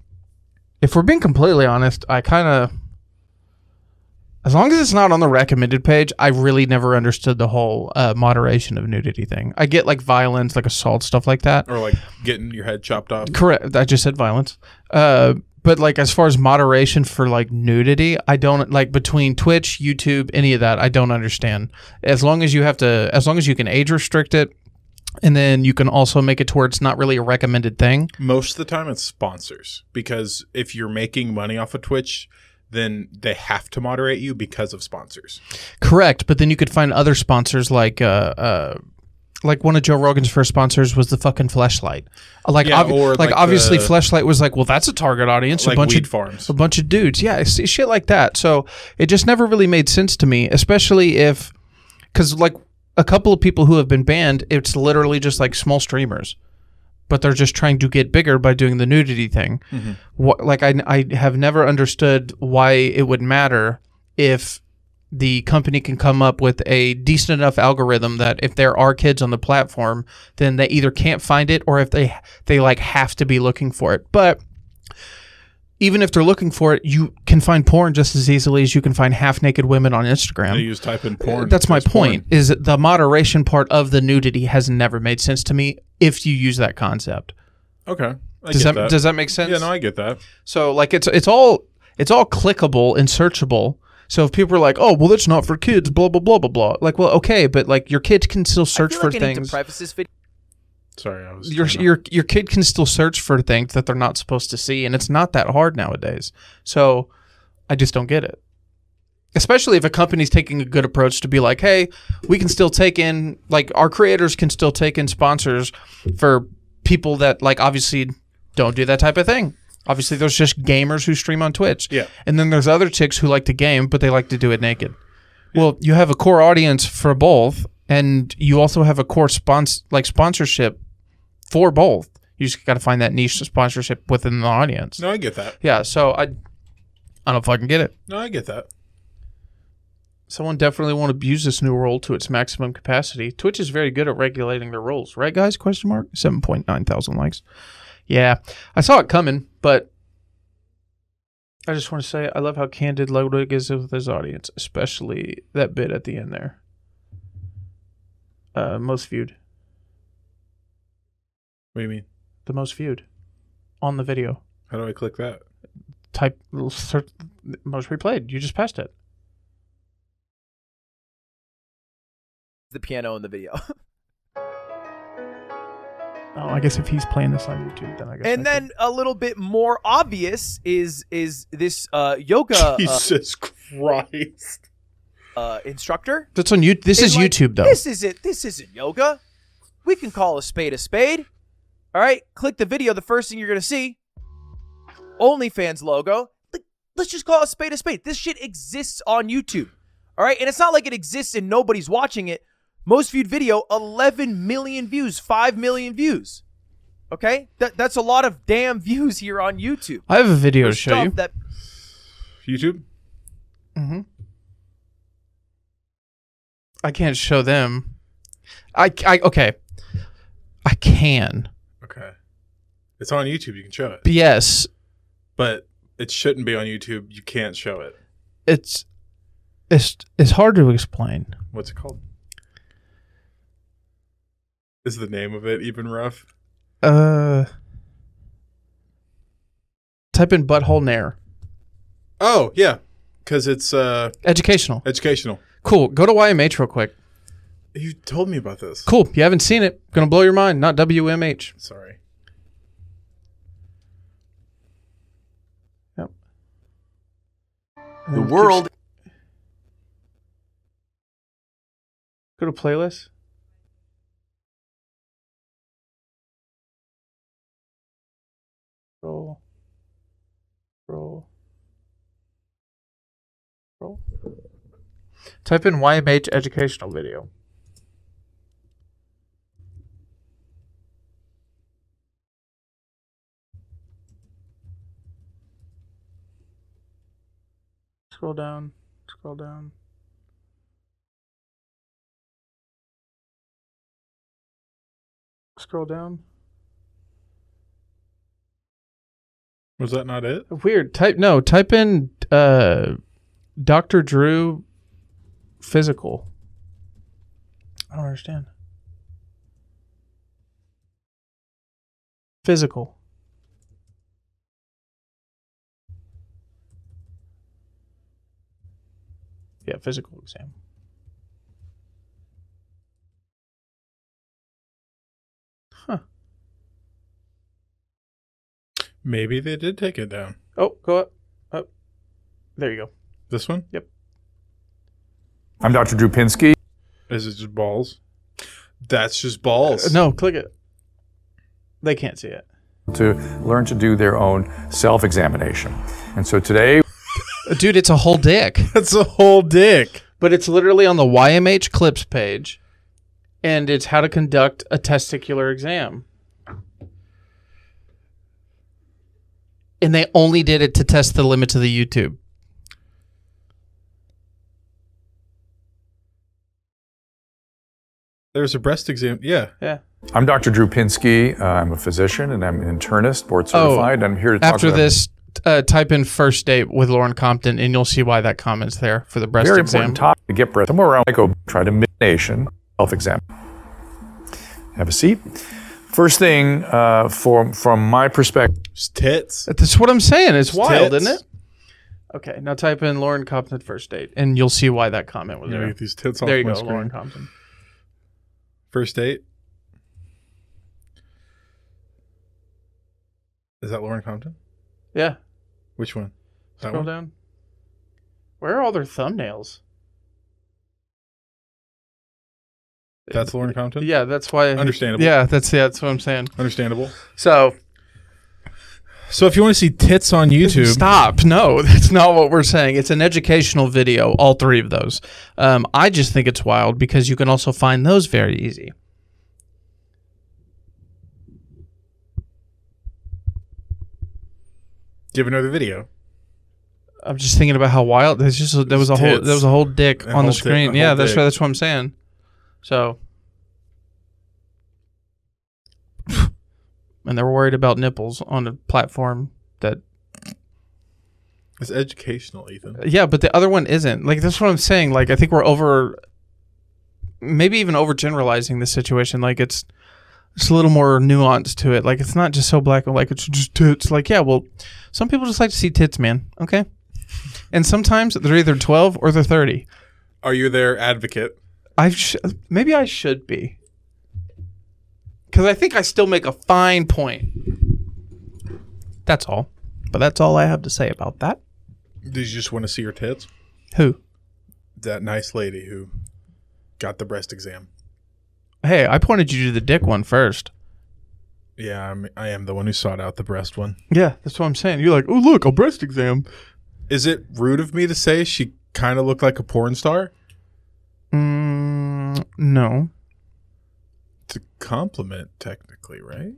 [SPEAKER 1] If we're being completely honest, I kind of, as long as it's not on the recommended page, I really never understood the whole uh, moderation of nudity thing. I get like violence, like assault, stuff like that.
[SPEAKER 3] Or like getting your head chopped off.
[SPEAKER 1] Correct. I just said violence. Uh, but like as far as moderation for like nudity, I don't like between Twitch, YouTube, any of that. I don't understand. As long as you have to, as long as you can age restrict it, and then you can also make it to where it's not really a recommended thing.
[SPEAKER 3] Most of the time, it's sponsors because if you're making money off of Twitch, then they have to moderate you because of sponsors.
[SPEAKER 1] Correct, but then you could find other sponsors like uh, uh, like one of Joe Rogan's first sponsors was the fucking flashlight. Like,
[SPEAKER 3] Yeah,
[SPEAKER 1] obvi-
[SPEAKER 3] or
[SPEAKER 1] like,
[SPEAKER 3] like
[SPEAKER 1] obviously,
[SPEAKER 3] the-
[SPEAKER 1] flashlight was like, well, that's a target audience.
[SPEAKER 3] Like
[SPEAKER 1] a bunch
[SPEAKER 3] weed
[SPEAKER 1] of
[SPEAKER 3] farms.
[SPEAKER 1] a bunch of dudes. Yeah, it's, it's shit like that. So it just never really made sense to me, especially if because like a couple of people who have been banned, it's literally just like small streamers. But they're just trying to get bigger by doing the nudity thing. What, like I, I have never understood why it would matter if the company can come up with a decent enough algorithm that if there are kids on the platform, then they either can't find it or if they they like have to be looking for it. But even if they're looking for it, you can find porn just as easily as you can find half naked women on Instagram.
[SPEAKER 3] They use type in porn.
[SPEAKER 1] Uh, That's my
[SPEAKER 3] It's porn.
[SPEAKER 1] point. Is that the moderation part of the nudity has never made sense to me if you use that concept.
[SPEAKER 3] Okay. I
[SPEAKER 1] Does
[SPEAKER 3] get
[SPEAKER 1] that, does that make sense?
[SPEAKER 3] Yeah, no, I get that.
[SPEAKER 1] so like it's it's all it's all clickable and searchable. So if people are like, "Oh, well, that's not for kids," blah blah blah blah blah. Like, well, okay, but like your kids can still
[SPEAKER 9] I
[SPEAKER 1] search
[SPEAKER 9] feel
[SPEAKER 1] for
[SPEAKER 9] like I need to
[SPEAKER 1] things.
[SPEAKER 9] preface this video.
[SPEAKER 3] Sorry, I was.
[SPEAKER 1] your
[SPEAKER 3] trying to-
[SPEAKER 1] your your kid can still search for things that they're not supposed to see, and it's not that hard nowadays. So I just don't get it. Especially if a company's taking a good approach to be like, hey, we can still take in like our creators can still take in sponsors for people that like obviously don't do that type of thing. Obviously, there's just gamers who stream on Twitch.
[SPEAKER 3] Yeah.
[SPEAKER 1] And then there's other chicks who like to game, but they like to do it naked. Well, you have a core audience for both, and you also have a core spons- like sponsorship for both. You just got to find that niche sponsorship within the audience.
[SPEAKER 3] No, I get that.
[SPEAKER 1] Yeah, so I, I don't fucking get it.
[SPEAKER 3] No, I get that.
[SPEAKER 1] Someone definitely won't abuse this new rule to its maximum capacity. Twitch is very good at regulating their rules, right, guys? Question mark. Seven point nine thousand likes. Yeah, I saw it coming, but I just want to say I love how candid Ludwig is with his audience, especially that bit at the end there. Uh, most viewed,
[SPEAKER 3] What do you mean?
[SPEAKER 1] the most viewed, on the video.
[SPEAKER 3] How do I click that?
[SPEAKER 1] type little search most replayed. You just passed it.
[SPEAKER 9] The piano in the video.
[SPEAKER 1] Oh, I guess if he's playing this on YouTube, then I guess.
[SPEAKER 9] and then a little bit more obvious is is this uh,
[SPEAKER 1] <laughs>
[SPEAKER 9] yoga uh,
[SPEAKER 3] <laughs> Jesus Christ!
[SPEAKER 9] uh, instructor.
[SPEAKER 1] that's on you. This
[SPEAKER 9] And,
[SPEAKER 1] is
[SPEAKER 9] like,
[SPEAKER 1] YouTube though.
[SPEAKER 9] This isn't this isn't yoga. We can call a spade a spade. All right, click the video. The first thing you're gonna see, OnlyFans logo. Like, Let's just call a spade a spade. This shit exists on YouTube. All right, and it's not like it exists and nobody's watching it. Most viewed video, 11 million views, 5 million views. Okay, that, that's a lot of damn views here on YouTube.
[SPEAKER 1] I have a video to show
[SPEAKER 9] Stuff
[SPEAKER 1] you.
[SPEAKER 9] That
[SPEAKER 3] YouTube.
[SPEAKER 1] hmm I can't show them. I, I okay. I can.
[SPEAKER 3] Okay. It's on YouTube. You can show it,
[SPEAKER 1] But yes,
[SPEAKER 3] but it shouldn't be on YouTube. You can't show it.
[SPEAKER 1] it's it's it's hard to explain.
[SPEAKER 3] What's it called? Is the name of it even rough?
[SPEAKER 1] Uh, type in butthole nair.
[SPEAKER 3] Oh yeah, because it's uh,
[SPEAKER 1] Educational.
[SPEAKER 3] educational.
[SPEAKER 1] Cool. Go to YMH real quick.
[SPEAKER 3] You told me about this.
[SPEAKER 1] Cool. You haven't seen it. Gonna blow your mind. Not WMH.
[SPEAKER 3] Sorry.
[SPEAKER 1] Yep.
[SPEAKER 2] The world
[SPEAKER 1] Go to playlist. Roll. Roll. Roll. Type in YMH educational video. Scroll down. Scroll down. Scroll down.
[SPEAKER 3] Was that not it?
[SPEAKER 1] Weird. Type no. Type in uh, Doctor Drew physical. I don't understand. Physical. Yeah, physical exam. Huh.
[SPEAKER 3] Maybe they did take it down.
[SPEAKER 1] Oh, go up. Up. There you go.
[SPEAKER 3] This one
[SPEAKER 11] I'm Dr. Drew Pinsky.
[SPEAKER 3] is it just balls? That's just balls.
[SPEAKER 1] No, click it. They can't see it.
[SPEAKER 11] to learn to do their own self examination. And so today,
[SPEAKER 1] Dude, it's a whole dick.
[SPEAKER 3] <laughs> that's a whole dick.
[SPEAKER 1] But it's literally on the YMH clips page, and it's how to conduct a testicular exam. And they only did it to test the limits of the YouTube.
[SPEAKER 3] There's a breast exam. Yeah.
[SPEAKER 1] Yeah.
[SPEAKER 11] I'm Dr. Drew Pinsky. Uh, I'm a physician and I'm an internist, board
[SPEAKER 1] Oh,
[SPEAKER 11] certified. I'm here to talk
[SPEAKER 1] After
[SPEAKER 11] about
[SPEAKER 1] this, uh, type in first date with Lauren Compton, and you'll see why that comment's there for the breast
[SPEAKER 11] very
[SPEAKER 1] exam.
[SPEAKER 11] important topic to get breath. Somewhere around go try to midnation self exam. Have a seat. First thing, uh, from from my perspective,
[SPEAKER 3] Just tits.
[SPEAKER 1] That's what I'm saying. It's wild,
[SPEAKER 3] tits.
[SPEAKER 1] isn't it? Okay, now type in Lauren Compton first date, and you'll see why that comment was
[SPEAKER 3] I'm gonna
[SPEAKER 1] there.
[SPEAKER 3] get these tits off
[SPEAKER 1] There you
[SPEAKER 3] my
[SPEAKER 1] go,
[SPEAKER 3] screen.
[SPEAKER 1] Lauren Compton.
[SPEAKER 3] First date. Is that Lauren Compton?
[SPEAKER 1] Yeah.
[SPEAKER 3] Which one? That
[SPEAKER 1] Scroll
[SPEAKER 3] one?
[SPEAKER 1] down. Where are all their thumbnails?
[SPEAKER 3] That's Lauren Compton.
[SPEAKER 1] Yeah, that's why.
[SPEAKER 3] Understandable.
[SPEAKER 1] Yeah, that's yeah, that's what I'm saying.
[SPEAKER 3] Understandable.
[SPEAKER 1] So
[SPEAKER 3] So if you want to see tits <laughs> on YouTube,
[SPEAKER 1] Stop. <laughs> No, that's not what we're saying. It's an educational video, all three of those. Um, I just think it's wild because you can also find those very easy.
[SPEAKER 3] give another video.
[SPEAKER 1] I'm just thinking about how wild. There's just there was a whole
[SPEAKER 3] Tits.
[SPEAKER 1] there was a whole dick
[SPEAKER 3] A
[SPEAKER 1] on
[SPEAKER 3] whole
[SPEAKER 1] the
[SPEAKER 3] dick,
[SPEAKER 1] screen.
[SPEAKER 3] a
[SPEAKER 1] yeah,
[SPEAKER 3] whole
[SPEAKER 1] that's
[SPEAKER 3] dick.
[SPEAKER 1] right. That's what I'm saying. So, <sighs> and they're worried about nipples on a platform that
[SPEAKER 3] It's educational, Ethan.
[SPEAKER 1] Yeah, but the other one isn't. Like that's what I'm saying. Like I think we're over, maybe even overgeneralizing the situation. Like it's it's a little more nuance to it. Like it's not just so black and like it's just tits. Like yeah, well, some people just like to see tits, man. Okay, and sometimes they're either 12 or they're 30.
[SPEAKER 3] Are you their advocate?
[SPEAKER 1] I sh- maybe I should be, because I think I still make a fine point. That's all. But that's all I have to say about that.
[SPEAKER 3] Did you just want to see her tits?
[SPEAKER 1] Who?
[SPEAKER 3] That nice lady who got the breast exam.
[SPEAKER 1] Hey, I pointed you to the dick one first.
[SPEAKER 3] Yeah, I'm, I am the one who sought out the breast one.
[SPEAKER 1] Yeah, that's what I'm saying. You're like, oh look, a breast exam.
[SPEAKER 3] Is it rude of me to say she kind of looked like a porn star?
[SPEAKER 1] Mm, no,
[SPEAKER 3] It's a compliment, technically, right?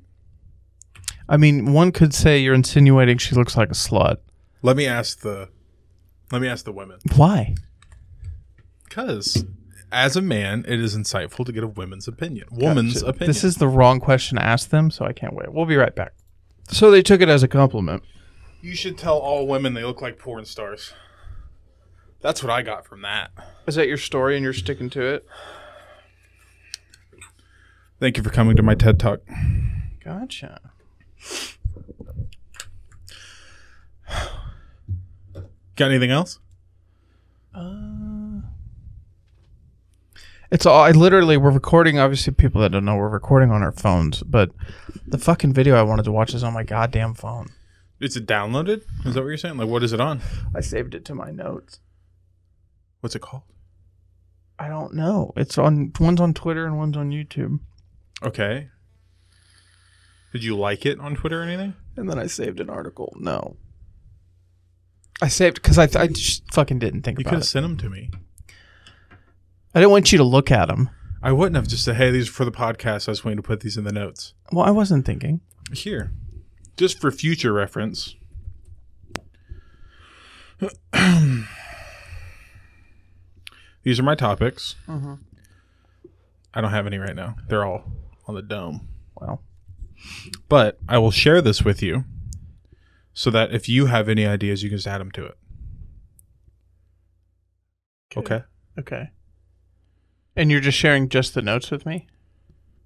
[SPEAKER 1] I mean one could say you're insinuating she looks like a slut.
[SPEAKER 3] Let me ask the, let me ask the women.
[SPEAKER 1] Why?
[SPEAKER 3] Because as a man, it is insightful to get a woman's opinion. Woman's opinion.
[SPEAKER 1] This is the wrong question to ask them, so I can't wait. We'll be right back. So they took it as a compliment.
[SPEAKER 3] you should tell all women they look like porn stars. That's what I got from that.
[SPEAKER 1] Is that your story and you're sticking to it?
[SPEAKER 3] Thank you for coming to my TED Talk.
[SPEAKER 1] Gotcha.
[SPEAKER 3] Got anything else?
[SPEAKER 1] It's all. I literally we're recording. Obviously, people that don't know we're recording on our phones, but the fucking video I wanted to watch is on my goddamn phone.
[SPEAKER 3] Is it downloaded? Is that what you're saying? Like, what is it on?
[SPEAKER 1] I saved it to my notes.
[SPEAKER 3] What's it called?
[SPEAKER 1] I don't know. It's on one's on Twitter and one's on YouTube.
[SPEAKER 3] Okay. Did you like it on Twitter or anything?
[SPEAKER 1] and then I saved an article. No, I saved because I, th- I just fucking didn't think
[SPEAKER 3] You could
[SPEAKER 1] about
[SPEAKER 3] have
[SPEAKER 1] it.
[SPEAKER 3] sent them to me.
[SPEAKER 1] I didn't want you to look at them.
[SPEAKER 3] I wouldn't have just said, "Hey, these are for the podcast." I was waiting to put these in the notes
[SPEAKER 1] Well, I wasn't thinking.
[SPEAKER 3] here, just for future reference. <clears throat> these are my topics. I don't have any right now. They're all on the dome.
[SPEAKER 1] Well,
[SPEAKER 3] But I will share this with you, so that if you have any ideas, you can just add them to it. okay.
[SPEAKER 1] okay. And you're just sharing just the notes with me.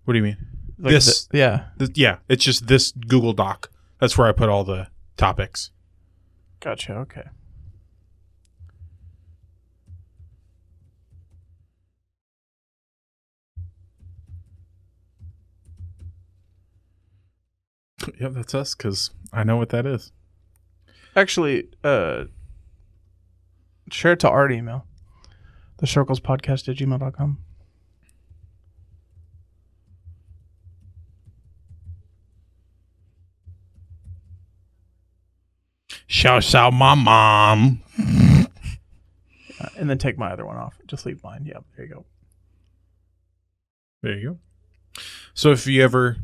[SPEAKER 3] What do you mean?
[SPEAKER 1] Like
[SPEAKER 3] This-
[SPEAKER 1] the- yeah.
[SPEAKER 3] Th- yeah, it's just this Google Doc. That's where I put all the topics.
[SPEAKER 1] Gotcha. Okay.
[SPEAKER 3] Yep, that's us because I know what that is.
[SPEAKER 1] Actually, uh, share it to our email, the circles podcast at gmail.com.
[SPEAKER 3] Shout out my mom.
[SPEAKER 1] Uh, and then take my other one off. Just leave mine. Yeah, there you go.
[SPEAKER 3] There you go. So if you ever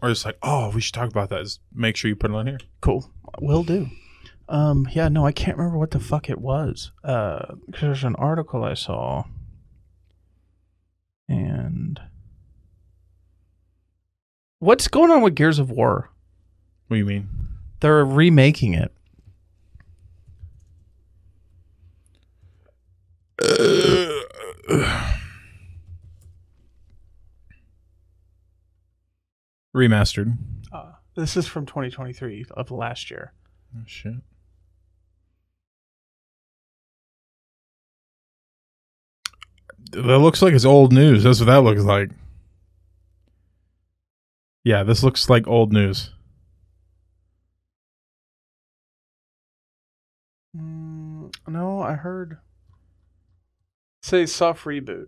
[SPEAKER 3] are just like, oh, we should talk about that, just make sure you put it on here.
[SPEAKER 1] Cool. Will do. Um, yeah, no, I can't remember what the fuck it was. Uh, 'cause there's an article I saw, and what's going on with Gears of War?
[SPEAKER 3] What do you mean?
[SPEAKER 1] They're remaking it.
[SPEAKER 3] Remastered.
[SPEAKER 1] Uh, this is from 2023 of last year.
[SPEAKER 3] Oh, shit. That looks like it's old news. That's what that looks like. Yeah, this looks like old news.
[SPEAKER 1] Mm, no, I heard.
[SPEAKER 6] Say soft reboot.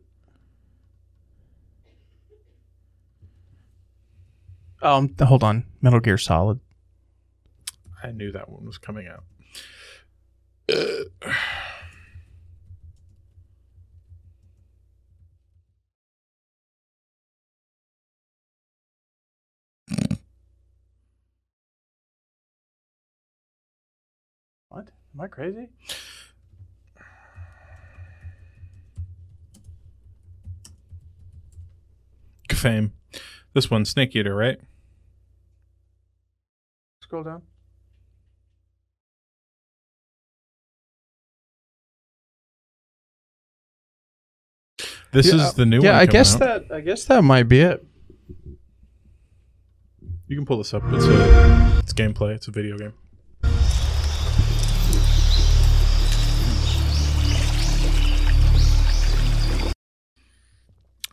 [SPEAKER 1] Um, hold on. Metal Gear Solid.
[SPEAKER 3] I knew that one was coming out.
[SPEAKER 6] What? Am I crazy?
[SPEAKER 3] Fame. This one's Snake Eater, right?
[SPEAKER 6] Scroll down.
[SPEAKER 3] This
[SPEAKER 1] Yeah,
[SPEAKER 3] is the new one.
[SPEAKER 1] yeah, I
[SPEAKER 3] coming
[SPEAKER 1] guess
[SPEAKER 3] out.
[SPEAKER 1] that. I guess that might be it.
[SPEAKER 3] You can pull this up. It's a, it's gameplay. It's a video game.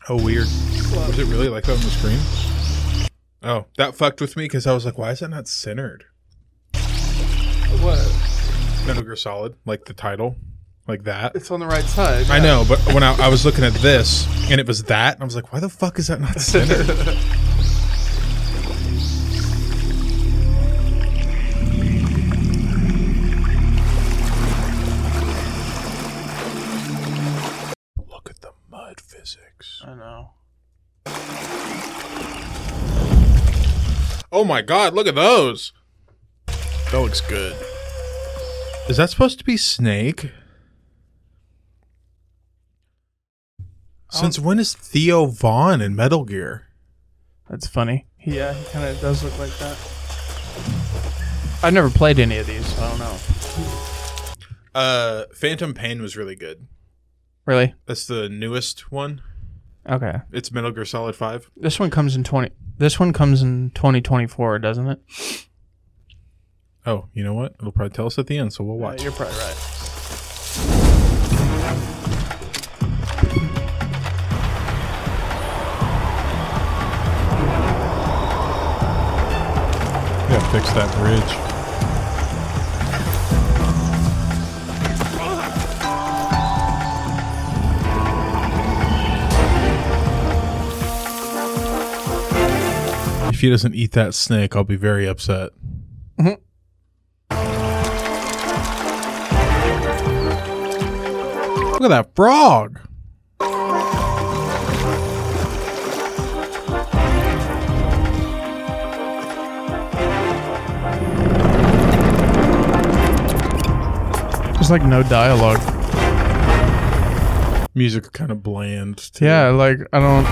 [SPEAKER 3] Oh, weird. Was it really like that on the screen? Oh, that fucked with me because I was like, why is that not centered?
[SPEAKER 6] What?
[SPEAKER 3] Metal Gear Solid, like the title, like that.
[SPEAKER 6] It's on the right side.
[SPEAKER 3] I know, but when I, I was looking at this and it was that, I was like, why the fuck is that not centered? <laughs> Look at the mud physics.
[SPEAKER 6] I know.
[SPEAKER 3] Oh my god, look at those. That looks good. Is that supposed to be Snake? Since when is Theo Vaughn in Metal Gear?
[SPEAKER 1] That's funny.
[SPEAKER 6] Yeah, he kind of does look like that.
[SPEAKER 1] I've never played any of these. So I don't know.
[SPEAKER 3] Uh Phantom Pain was really good.
[SPEAKER 1] Really?
[SPEAKER 3] That's the newest one.
[SPEAKER 1] Okay.
[SPEAKER 3] It's Metal Gear Solid 5.
[SPEAKER 1] This one comes in twenty. This one comes in twenty twenty four, doesn't it?
[SPEAKER 3] Oh, you know what? It'll probably tell us at the end, so we'll watch.
[SPEAKER 6] You're probably right.
[SPEAKER 3] Yeah, fix that bridge. If he doesn't eat that snake, I'll be very upset. Look at that frog.
[SPEAKER 1] There's like no dialogue.
[SPEAKER 3] Music kind of bland. too.
[SPEAKER 1] Yeah, like I don't.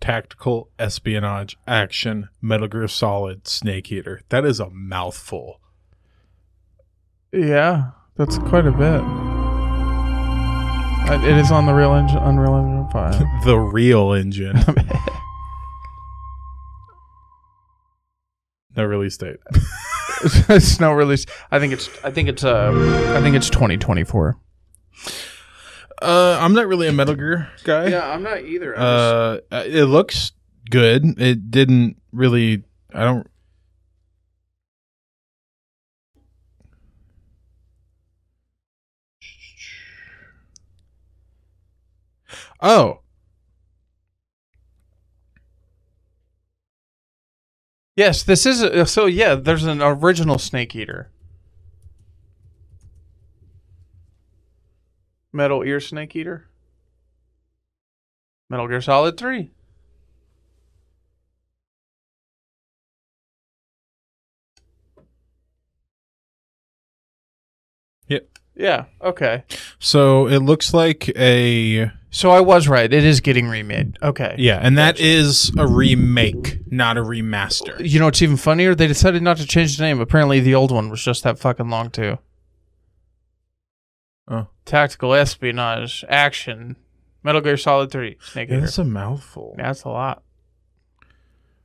[SPEAKER 3] Tactical espionage action Metal Gear Solid Snake Eater. That is a mouthful.
[SPEAKER 1] Yeah, that's quite a bit. Uh, It is on the real engine, Unreal Engine <laughs> Five.
[SPEAKER 3] The real engine. no release date.
[SPEAKER 1] it's no release. I think it's. I think it's. Uh, I think it's twenty twenty four.
[SPEAKER 3] Uh, I'm not really a Metal Gear guy.
[SPEAKER 6] Yeah, I'm not either. I'm just-
[SPEAKER 3] Uh, it looks good. It didn't really. I don't. Oh.
[SPEAKER 1] Yes, this is. A, so yeah, there's an original Snake Eater.
[SPEAKER 6] Metal Ear Snake Eater.
[SPEAKER 1] Metal Gear Solid 3.
[SPEAKER 3] Yep.
[SPEAKER 1] Yeah, okay.
[SPEAKER 3] So it looks like a
[SPEAKER 1] So I was right. It is getting remade. Okay.
[SPEAKER 3] yeah, and that is a remake, not a remaster.
[SPEAKER 1] You know what's even funnier? They decided not to change the name. Apparently, the old one was just that fucking long, too.
[SPEAKER 3] Oh.
[SPEAKER 1] Tactical espionage, action, Metal Gear Solid 3, Snake
[SPEAKER 3] Yeah,
[SPEAKER 1] Eater.
[SPEAKER 3] that's a mouthful.
[SPEAKER 1] Yeah, that's a lot.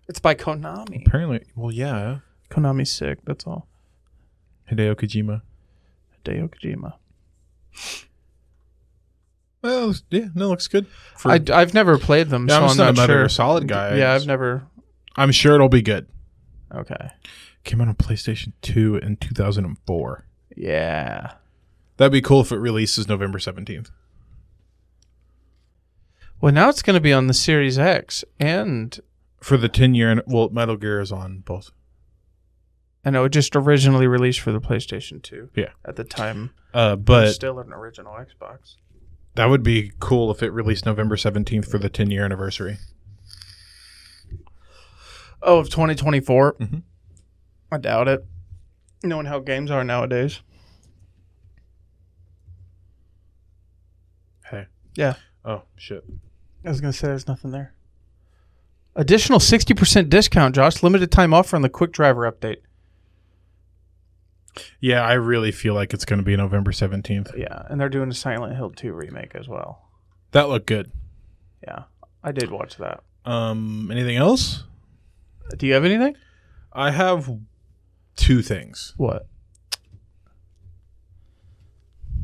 [SPEAKER 1] It's by Konami.
[SPEAKER 3] Apparently, well, yeah.
[SPEAKER 1] Konami's sick, that's all.
[SPEAKER 3] Hideo Kojima.
[SPEAKER 1] Hideo Kojima.
[SPEAKER 3] Well, yeah, no, looks good. For-
[SPEAKER 1] I, have never played them,
[SPEAKER 3] Yeah,
[SPEAKER 1] so
[SPEAKER 3] I'm
[SPEAKER 1] I'm,
[SPEAKER 3] just
[SPEAKER 1] not,
[SPEAKER 3] not a
[SPEAKER 1] sure.
[SPEAKER 3] very solid guy. I
[SPEAKER 1] Yeah, I've
[SPEAKER 3] just-
[SPEAKER 1] never.
[SPEAKER 3] I'm sure it'll be good.
[SPEAKER 1] Okay.
[SPEAKER 3] Came out on PlayStation 2 in 2004.
[SPEAKER 1] Yeah.
[SPEAKER 3] That'd be cool if it releases November 17th.
[SPEAKER 1] Well, now it's going to be on the Series X and
[SPEAKER 3] For the 10 year, well, Metal Gear is on both.
[SPEAKER 1] I know it just originally released for the PlayStation 2.
[SPEAKER 3] Yeah.
[SPEAKER 1] At the time,
[SPEAKER 3] Uh,
[SPEAKER 1] it was
[SPEAKER 3] but
[SPEAKER 1] still an original Xbox.
[SPEAKER 3] that would be cool if it released November 17th for the 10 year anniversary.
[SPEAKER 1] Oh, of 2024.
[SPEAKER 3] Mhm.
[SPEAKER 1] I doubt it. Knowing how games are nowadays.
[SPEAKER 3] Hey.
[SPEAKER 1] Yeah.
[SPEAKER 3] Oh, shit.
[SPEAKER 1] I was gonna say there's nothing there. Additional sixty percent discount, Josh. Limited time offer on the Quick Driver update.
[SPEAKER 3] Yeah, I really feel like it's going to be November 17th.
[SPEAKER 1] Yeah, and they're doing a Silent Hill two remake as well.
[SPEAKER 3] That looked good.
[SPEAKER 1] Yeah, I did watch that.
[SPEAKER 3] Um, anything else?
[SPEAKER 1] Do you have anything?
[SPEAKER 3] I have two things.
[SPEAKER 1] What?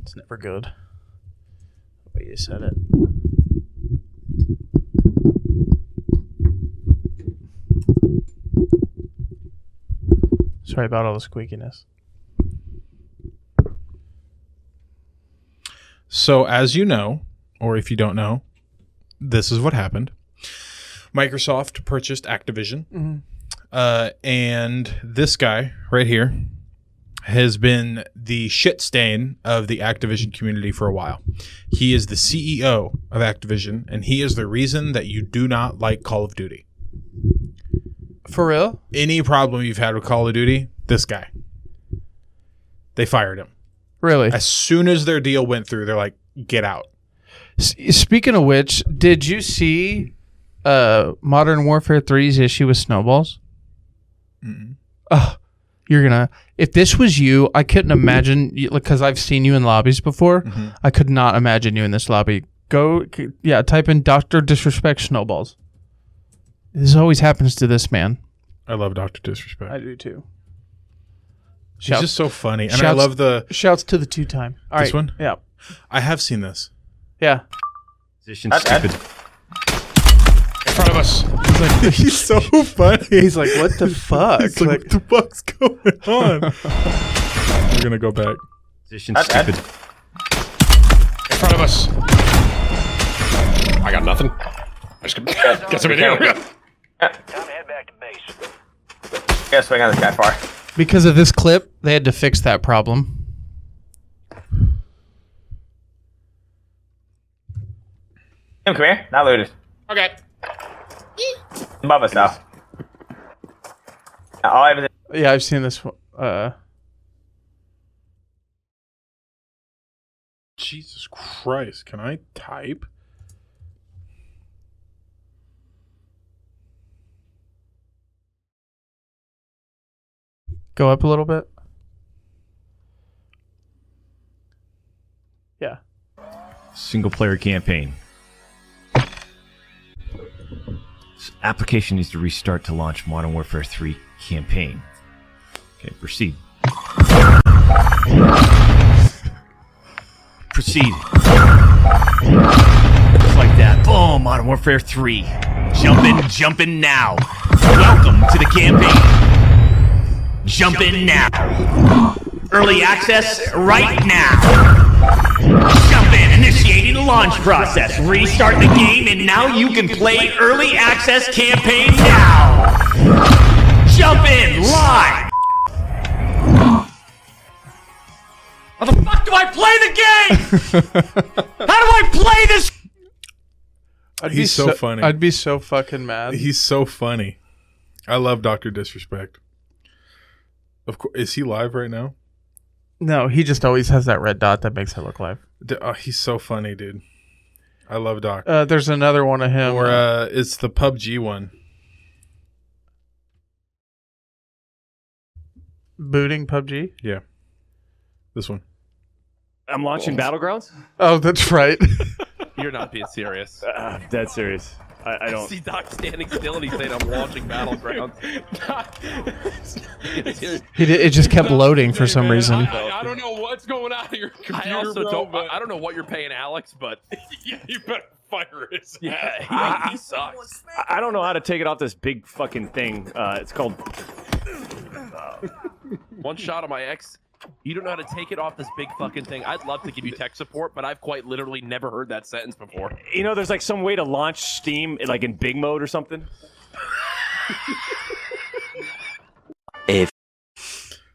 [SPEAKER 1] It's never good. The way you said it. Sorry about all the squeakiness.
[SPEAKER 3] So, as you know, or if you don't know, this is what happened. Microsoft purchased Activision, uh, and this guy right here has been the shit stain of the Activision community for a while. He is the CEO of Activision, and he is the reason that you do not like Call of Duty.
[SPEAKER 1] For real?
[SPEAKER 3] Any problem you've had with Call of Duty, this guy. They fired him.
[SPEAKER 1] Really?
[SPEAKER 3] As soon as their deal went through, they're like, get out.
[SPEAKER 1] S- Speaking of which, did you see uh Modern Warfare 3's issue with snowballs? Ugh, you're gonna. If this was you, I couldn't imagine because I've seen you in lobbies before.
[SPEAKER 3] Mm-hmm.
[SPEAKER 1] I could not imagine you in this lobby. Go, c- yeah, type in Doctor Disrespect snowballs. This always happens to this man.
[SPEAKER 3] I love Dr. Disrespect.
[SPEAKER 1] do too.
[SPEAKER 3] She's
[SPEAKER 1] Shout-
[SPEAKER 3] just so funny, and I
[SPEAKER 1] shouts-
[SPEAKER 3] love the.
[SPEAKER 1] Shouts to the two time. All right.
[SPEAKER 3] This one?
[SPEAKER 1] Yeah.
[SPEAKER 3] I have seen this
[SPEAKER 1] Yeah.
[SPEAKER 2] Position
[SPEAKER 11] I'd-
[SPEAKER 2] stupid.
[SPEAKER 3] in front of us. <laughs> He's so funny.
[SPEAKER 1] He's like, what the fuck?
[SPEAKER 3] He's like, what the fuck's going on? <laughs> We're gonna go back
[SPEAKER 2] Position stupid.
[SPEAKER 3] in front of us.
[SPEAKER 12] I got nothing. I just got, got somebody here.
[SPEAKER 5] Yeah, swing on this guy far.
[SPEAKER 1] because of this clip, they had to fix that problem.
[SPEAKER 5] Tim, come here. Not looted.
[SPEAKER 12] Okay.
[SPEAKER 5] Above us now. Now, All I have is
[SPEAKER 1] Yeah, I've seen this one. Uh,
[SPEAKER 3] Jesus Christ! Can I type?
[SPEAKER 1] go up a little bit. Yeah.
[SPEAKER 2] Single player campaign. This application needs to restart to launch Modern Warfare 3 campaign. Okay, proceed. Proceed. Just like that. Boom, Modern Warfare 3. Jump in, jump in now. Welcome to the campaign. Jump in now. Early access right now. Jump in, initiating launch process. Restart the game, and now you can play early access campaign now. Jump in live. How the fuck do I play the game? How do I play this?
[SPEAKER 1] I'd
[SPEAKER 3] He's so funny.
[SPEAKER 1] I'd be so fucking mad.
[SPEAKER 3] He's so funny. I love Doctor Disrespect. Of course, is he live right now?
[SPEAKER 1] No, he just always has that red dot that makes it look live.
[SPEAKER 3] D- oh, he's so funny, dude. I love Doc.
[SPEAKER 1] Uh, there's another one of him.
[SPEAKER 3] or uh, it's the PUBG one.
[SPEAKER 1] booting PUBG.
[SPEAKER 3] Yeah, this one.
[SPEAKER 12] I'm launching Battlegrounds?
[SPEAKER 1] Oh, that's right.
[SPEAKER 12] You're not being serious.
[SPEAKER 2] Dead serious.
[SPEAKER 12] I, I don't.
[SPEAKER 5] see Doc standing still and he's saying, I'm launching battlegrounds.
[SPEAKER 1] He did, it just <laughs> kept loading for some reason.
[SPEAKER 5] I, I don't know what's going on here. I also don't. I don't know what you're paying Alex, <laughs> but
[SPEAKER 12] yeah, you better fire his
[SPEAKER 5] yeah, he,
[SPEAKER 12] I-
[SPEAKER 5] <laughs> he sucks.
[SPEAKER 12] I- I don't know how to take it off this big fucking thing. Uh, it's called.
[SPEAKER 5] <laughs> One shot of my ex. You don't know how to take it off this big fucking thing. I'd love to give you tech support, but I've quite literally never heard that sentence before.
[SPEAKER 12] You know, there's like some way to launch Steam like in big mode or something.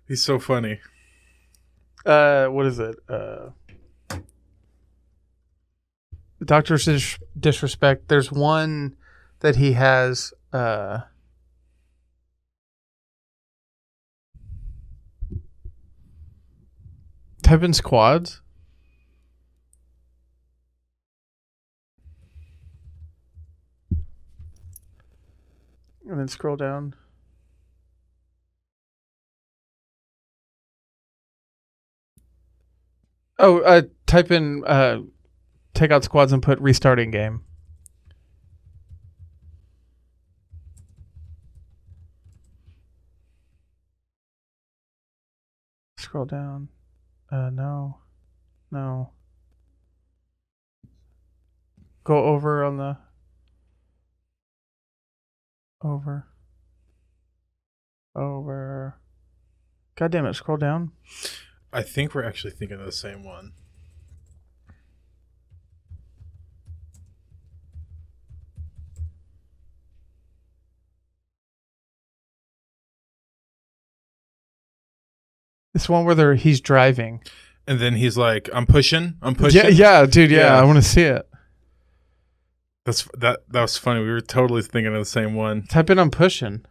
[SPEAKER 3] He's so funny.
[SPEAKER 1] Uh, what is it? Uh, Doctor's Dis- disrespect. There's one that he has. Uh, type in squads. And then scroll down. Oh, uh, type in uh, take out squads and put restarting game. Scroll down. Uh, no, no. Go over on the over over. God damn it! Scroll down.
[SPEAKER 3] I think we're actually thinking of the same one.
[SPEAKER 1] It's one where they're, he's driving.
[SPEAKER 3] And then he's like, "I'm pushing. I'm pushing."
[SPEAKER 1] Yeah, yeah, dude. Yeah, I want to see it.
[SPEAKER 3] That's that. That was funny. We were totally thinking of the same one.
[SPEAKER 1] Type in I'm pushing.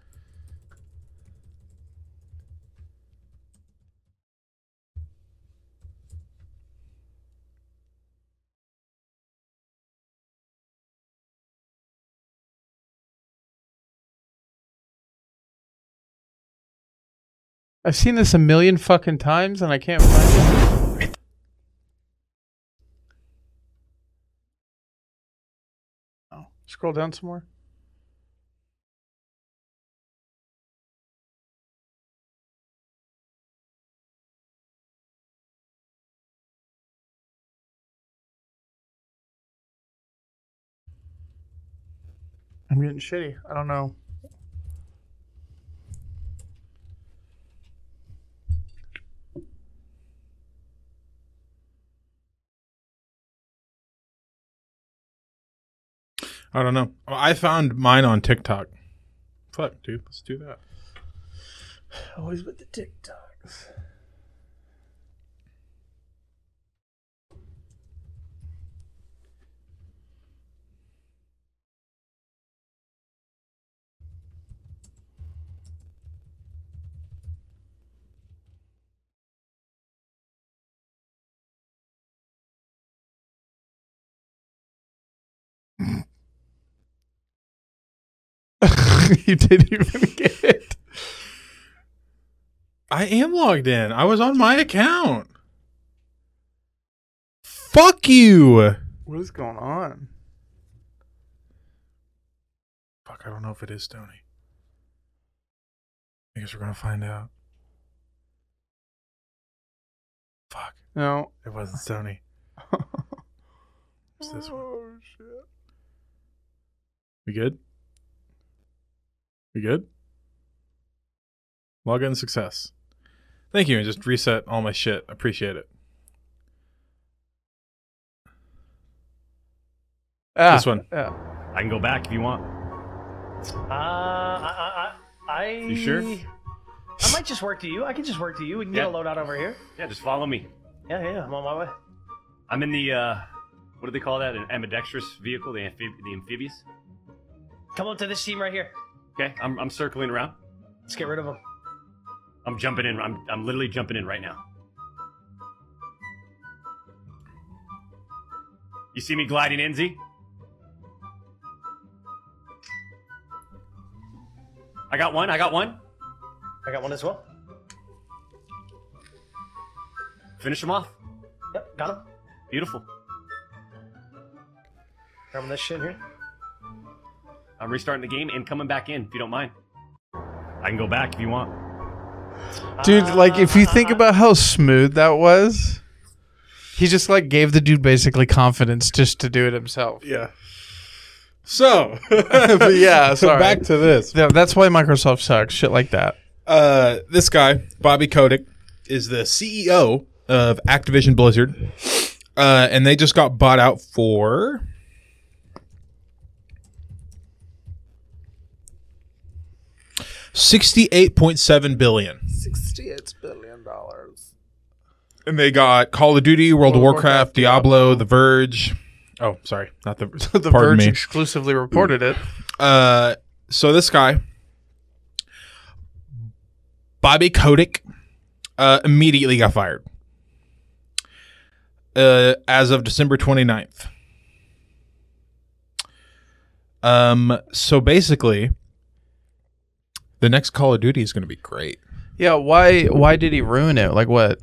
[SPEAKER 1] I've seen this a million fucking times and I can't find it. Oh, scroll down some more. I'm getting shitty. I don't know.
[SPEAKER 3] I don't know. I found mine on TikTok. Fuck, dude. Let's do that.
[SPEAKER 6] Always with the TikToks.
[SPEAKER 1] <laughs> you didn't even get it.
[SPEAKER 3] I am logged in. I was on my account. Fuck you.
[SPEAKER 1] What is going on?
[SPEAKER 3] Fuck, I don't know if it is Stony. I guess we're gonna find out. Fuck,
[SPEAKER 1] No.
[SPEAKER 3] it wasn't Stony. It's this one.
[SPEAKER 1] Oh shit.
[SPEAKER 3] We good? We good? Login success. Thank you, and just reset all my shit. Appreciate it.
[SPEAKER 1] Ah,
[SPEAKER 3] This one.
[SPEAKER 1] Yeah.
[SPEAKER 12] I can go back if you want.
[SPEAKER 13] Uh, I, I, I,
[SPEAKER 12] You sure?
[SPEAKER 13] I might just work to you. I can just work to you. We can get
[SPEAKER 12] Yeah.
[SPEAKER 13] a load out over here.
[SPEAKER 12] Yeah, just follow me.
[SPEAKER 13] Yeah, yeah, I'm on my way.
[SPEAKER 12] I'm in the uh, what do they call that? An ambidextrous vehicle, the amphib- the amphibious.
[SPEAKER 13] Come up to this team right here.
[SPEAKER 12] Okay, I'm, I'm circling around.
[SPEAKER 13] Let's get rid of them.
[SPEAKER 12] I'm jumping in. I'm I'm literally jumping in right now. You see me gliding in, Z? I got one. I got one.
[SPEAKER 13] I got one as well.
[SPEAKER 12] Finish him off.
[SPEAKER 13] Yep, got him.
[SPEAKER 12] Beautiful.
[SPEAKER 13] Grabbing this shit here.
[SPEAKER 14] I'm restarting the game and coming back in if you don't mind. I can go back if you want.
[SPEAKER 1] Dude, like if you think about how smooth that was, he just like gave the dude basically confidence just to do it himself.
[SPEAKER 3] Yeah. So, <laughs>
[SPEAKER 1] But <laughs> yeah, sorry.
[SPEAKER 3] Back to this.
[SPEAKER 1] Yeah, that's why Microsoft sucks. Shit like that.
[SPEAKER 3] Uh, this guy, Bobby Kotick, is the CEO of Activision Blizzard, uh, and they just got bought out for. Sixty-eight point seven billion,
[SPEAKER 6] Sixty-eight billion dollars.
[SPEAKER 3] and they got Call of Duty, World, of Warcraft, Diablo, The Verge. Oh, sorry, not the pardon
[SPEAKER 1] The Verge
[SPEAKER 3] me.
[SPEAKER 1] exclusively reported it.
[SPEAKER 3] Uh, so this guy, Bobby Kotick, uh, immediately got fired. Uh, as of December 29th. Um, so basically, the next Call of Duty is going to be great.
[SPEAKER 1] Yeah, why why did he ruin it? Like what?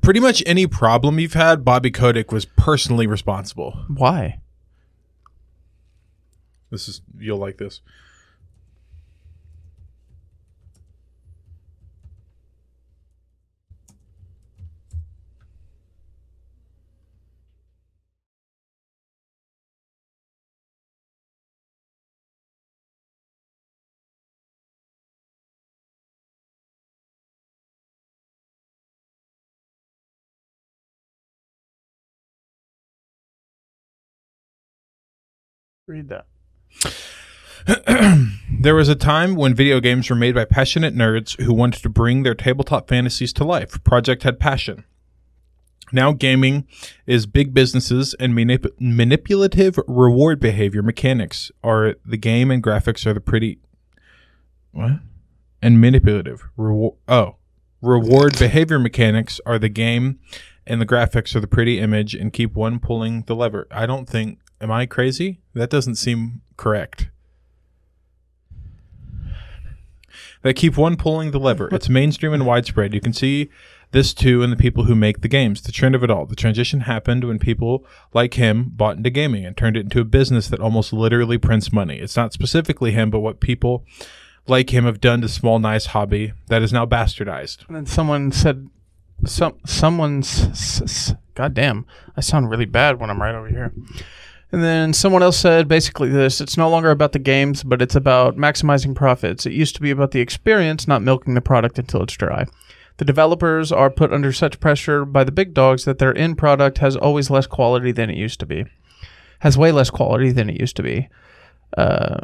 [SPEAKER 3] Pretty much any problem you've had, Bobby Kotick was personally responsible.
[SPEAKER 1] Why?
[SPEAKER 3] This is you'll like this.
[SPEAKER 1] Read that.
[SPEAKER 3] There was a time when video games were made by passionate nerds who wanted to bring their tabletop fantasies to life. Project had passion. Now, gaming is big businesses, and manip- manipulative reward behavior mechanics are the game, and graphics are the pretty. What? And manipulative reward. Oh, reward behavior mechanics are the game, and the graphics are the pretty image, and keep one pulling the lever. I don't think. Am I crazy? That doesn't seem correct. They keep one pulling the lever. It's mainstream and widespread. You can see this too in the people who make the games. The trend of it all. The transition happened when people like him bought into gaming and turned it into a business that almost literally prints money. It's not specifically him, but what people like him have done to small, nice hobby that is now bastardized.
[SPEAKER 1] And then someone said, "Some someone's s- s- God damn, I sound really bad when I'm right over here." And then someone else said basically this: It's no longer about the games, but it's about maximizing profits. It used to be about the experience, not milking the product until it's dry. The developers are put under such pressure by the big dogs that their end product has always less quality than it used to be. Has way less quality than it used to be. Uh,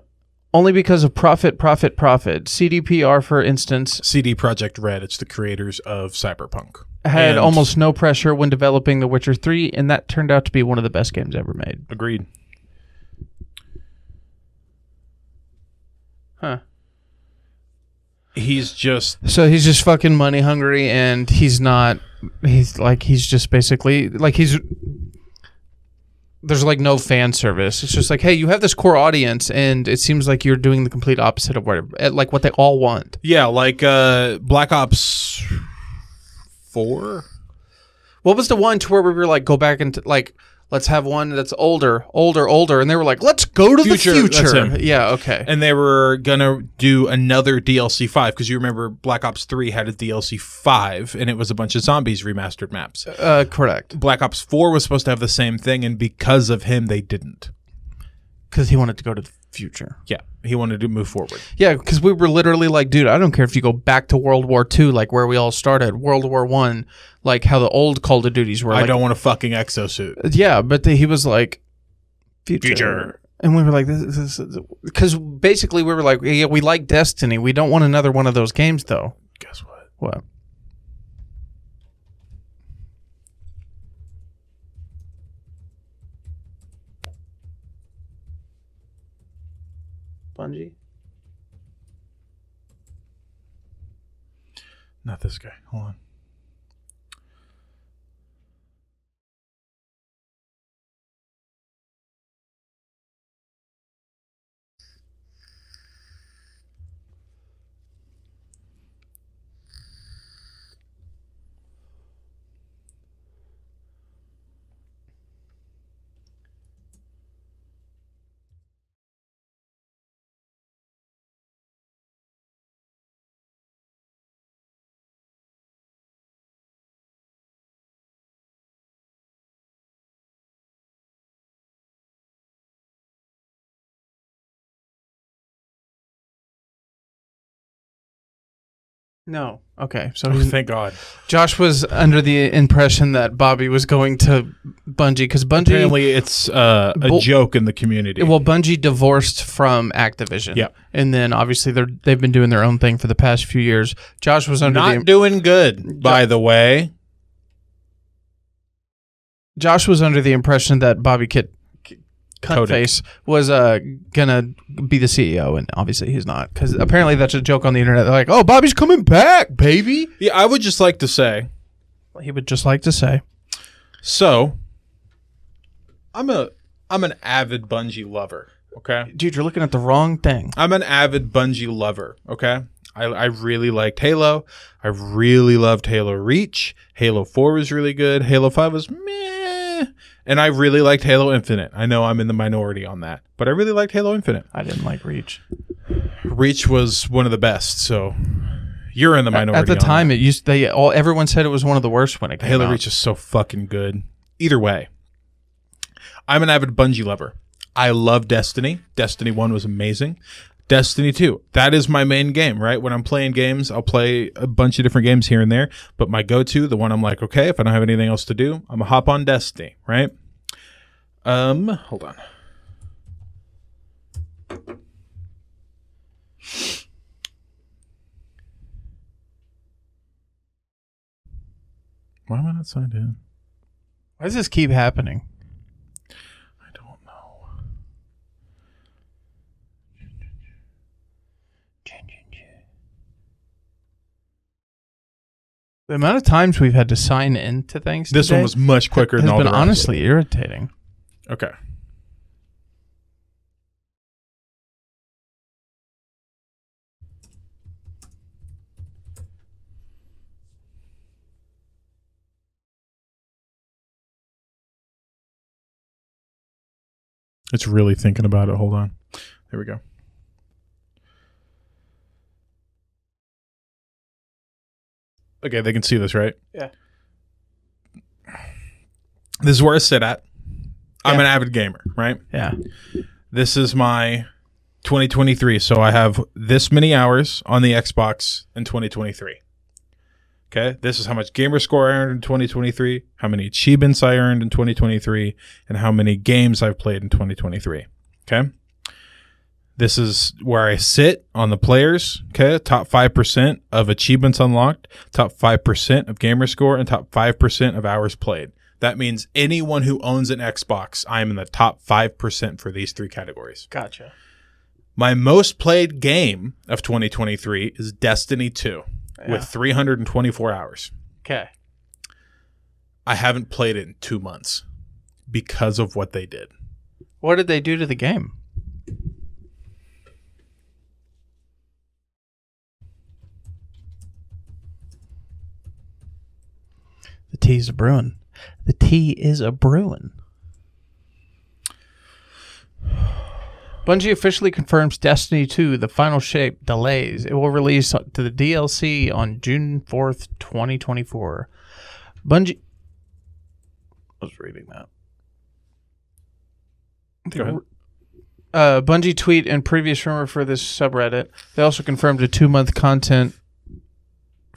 [SPEAKER 1] only because of profit, profit, profit. CDPR, for instance,
[SPEAKER 3] CD Project Red. It's the creators of Cyberpunk.
[SPEAKER 1] had
[SPEAKER 3] And-
[SPEAKER 1] almost no pressure when developing The Witcher 3, and that turned out to be one of the best games ever made.
[SPEAKER 3] Agreed.
[SPEAKER 1] Huh.
[SPEAKER 3] He's just
[SPEAKER 1] So he's just fucking money hungry, and he's not. He's like he's just basically like he's. There's like no fan service. It's just like, hey, you have this core audience, and it seems like you're doing the complete opposite of what, eh, like what they all want.
[SPEAKER 3] yeah, like uh, Black Ops Four.
[SPEAKER 1] What was the one to where we were like, go back and t- like, let's have one that's older, older, older, and they were like, let's go to the
[SPEAKER 3] that's
[SPEAKER 1] future.
[SPEAKER 3] him.
[SPEAKER 1] Yeah, okay.
[SPEAKER 3] And they were gonna do another DLC five because you remember Black Ops Three had a DLC five, and it was a bunch of zombies remastered maps.
[SPEAKER 1] Uh, correct.
[SPEAKER 3] Black Ops Four was supposed to have the same thing, and because of him, they didn't.
[SPEAKER 1] Because he wanted to go to the future.
[SPEAKER 3] Yeah, he wanted to move forward.
[SPEAKER 1] Yeah, because we were literally like, dude, I don't care if you go back to World War II, like where we all started, World War One, like how the old Call of Duties were.
[SPEAKER 3] I
[SPEAKER 1] like-
[SPEAKER 3] don't want a fucking exosuit.
[SPEAKER 1] Yeah, but the, he was like, future.
[SPEAKER 3] Future.
[SPEAKER 1] And we were like, this is because basically we were like, yeah, we like Destiny. We don't want another one of those games, though.
[SPEAKER 3] Guess what?
[SPEAKER 1] What? Bungie.
[SPEAKER 3] Not this guy. Hold on.
[SPEAKER 1] No. Okay, so
[SPEAKER 3] Oh,
[SPEAKER 1] he-
[SPEAKER 3] thank God.
[SPEAKER 1] Josh was under the impression that Bobby was going to Bungie because Bungie
[SPEAKER 3] Apparently it's, uh, a joke in the community.
[SPEAKER 1] Well, Bungie divorced from Activision.
[SPEAKER 3] Yep.
[SPEAKER 1] and then obviously they're they've been doing their own thing for the past few years. Josh was under
[SPEAKER 3] Not
[SPEAKER 1] the
[SPEAKER 3] doing good, by the way.
[SPEAKER 1] Josh was under the impression that Bobby Kit
[SPEAKER 3] Kotick.
[SPEAKER 1] Cutface was uh gonna be the CEO, and obviously he's not because apparently that's a joke on the internet. They're like, "Oh, Bobby's coming back, baby."
[SPEAKER 3] Yeah, I would just like to say.
[SPEAKER 1] He would just like to say.
[SPEAKER 3] So, I'm a I'm an avid Bungie lover. Okay,
[SPEAKER 1] dude, you're looking at the wrong thing.
[SPEAKER 3] I'm an avid Bungie lover. Okay, I, I really liked Halo. I really loved Halo Reach. Halo Four was really good. Halo Five was meh, and I really liked Halo Infinite. I know I'm in the minority on that, but I really liked Halo Infinite.
[SPEAKER 1] I didn't like Reach.
[SPEAKER 3] Reach was one of the best. So, you're in the
[SPEAKER 1] At-
[SPEAKER 3] minority
[SPEAKER 1] at the
[SPEAKER 3] on that.
[SPEAKER 1] time. It used they all everyone said it was one of the worst when it came
[SPEAKER 3] Halo
[SPEAKER 1] out.
[SPEAKER 3] Reach is so fucking good. Either way, I'm an avid Bungie lover. I love Destiny. Destiny 1 was amazing. Destiny 2, that is my main game, right? When I'm playing games, I'll play a bunch of different games here and there, but my go to, the one I'm like, okay, if I don't have anything else to do, I'm going to hop on Destiny, right? Um, hold on. Why am I not signed in?
[SPEAKER 1] Why does this keep happening? The amount of times we've had to sign into things.
[SPEAKER 3] This one
[SPEAKER 1] today
[SPEAKER 3] was much quicker
[SPEAKER 1] has
[SPEAKER 3] than all
[SPEAKER 1] been
[SPEAKER 3] the rest.
[SPEAKER 1] honestly irritating.
[SPEAKER 3] Okay. It's really thinking about it. Hold on. There we go. Okay, they can see this, right?
[SPEAKER 6] Yeah.
[SPEAKER 3] This is where I sit at. I'm an avid gamer, right?
[SPEAKER 1] Yeah.
[SPEAKER 3] This is my 2023. So I have this many hours on the Xbox in 2023. Okay. This is how much gamer score I earned in 2023, how many achievements I earned in 2023, and how many games I've played in 2023. Okay. This is where I sit on the players. Okay. Top 5% of achievements unlocked, top 5% of gamer score, and top 5% of hours played. That means anyone who owns an Xbox, I'm in the top 5% for these three categories.
[SPEAKER 1] Gotcha.
[SPEAKER 3] My most played game of 2023 is Destiny 2
[SPEAKER 1] Yeah.
[SPEAKER 3] with 324 hours.
[SPEAKER 1] Okay.
[SPEAKER 3] I haven't played it in two months because of what they did.
[SPEAKER 1] What did they do to the game? The tea's a brewing. The tea is a brewing. Bungie officially confirms Destiny 2, the final shape, delays. It will release to the DLC on June 4th, 2024. Bungie. I was reading that.
[SPEAKER 3] Go ahead.
[SPEAKER 1] Uh, Bungie tweet and previous rumor for this subreddit. They also confirmed a two month content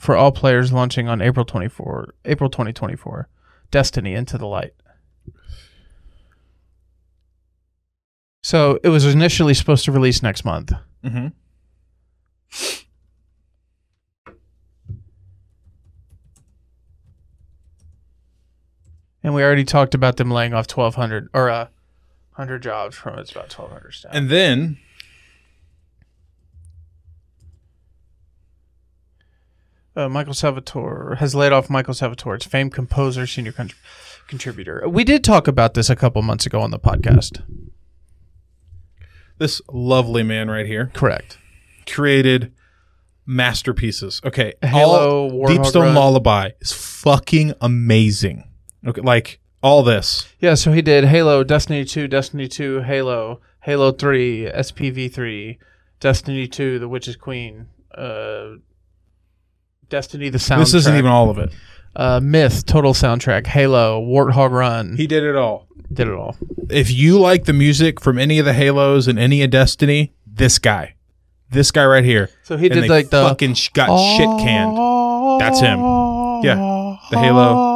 [SPEAKER 1] for all players launching on April 24, April 2024. Destiny Into the Light. So it was initially supposed to release next month.
[SPEAKER 3] Mm-hmm.
[SPEAKER 1] And we already talked about them laying off 1,200 or uh, 100 jobs from it's about 1,200 staff.
[SPEAKER 3] And then
[SPEAKER 1] uh, Michael Salvatore has laid off Michael Salvatore, its famed composer, senior con- contributor. We did talk about this a couple months ago on the podcast.
[SPEAKER 3] this lovely man right here.
[SPEAKER 1] Correct.
[SPEAKER 3] Created masterpieces. Okay.
[SPEAKER 1] Halo, Warhog
[SPEAKER 3] Deepstone
[SPEAKER 1] Run.
[SPEAKER 3] Lullaby is fucking amazing. Okay. Like all this.
[SPEAKER 1] Yeah, so he did Halo, Destiny 2, Destiny 2, Halo, Halo 3, SPV 3, Destiny 2, The Witch's Queen, uh, Destiny the Soundtrack.
[SPEAKER 3] This isn't even all of it.
[SPEAKER 1] Uh, Myth, Total Soundtrack, Halo, Warthog Run.
[SPEAKER 3] He did it all.
[SPEAKER 1] Did it all.
[SPEAKER 3] If you like the music from any of the Halos and any of Destiny, this guy. this guy right here.
[SPEAKER 1] So he
[SPEAKER 3] And
[SPEAKER 1] did
[SPEAKER 3] they
[SPEAKER 1] like the Oh.
[SPEAKER 3] fucking sh- got shit canned. That's him. Yeah, the Halo.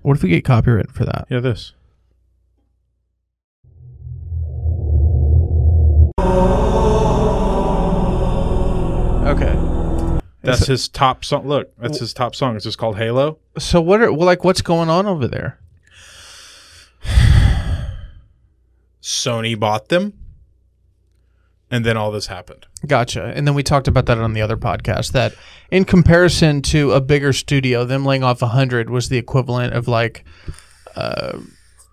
[SPEAKER 1] What if we get copyright for that?
[SPEAKER 3] Yeah, this.
[SPEAKER 1] Okay.
[SPEAKER 3] That's
[SPEAKER 1] It's a-
[SPEAKER 3] his top song. Look, that's his top song. It's just called Halo.
[SPEAKER 1] So what are well, like what's going on over there?
[SPEAKER 3] Sony bought them, and then all this happened.
[SPEAKER 1] Gotcha. And then we talked about that on the other podcast that in comparison to a bigger studio, them laying off 100 was the equivalent of like uh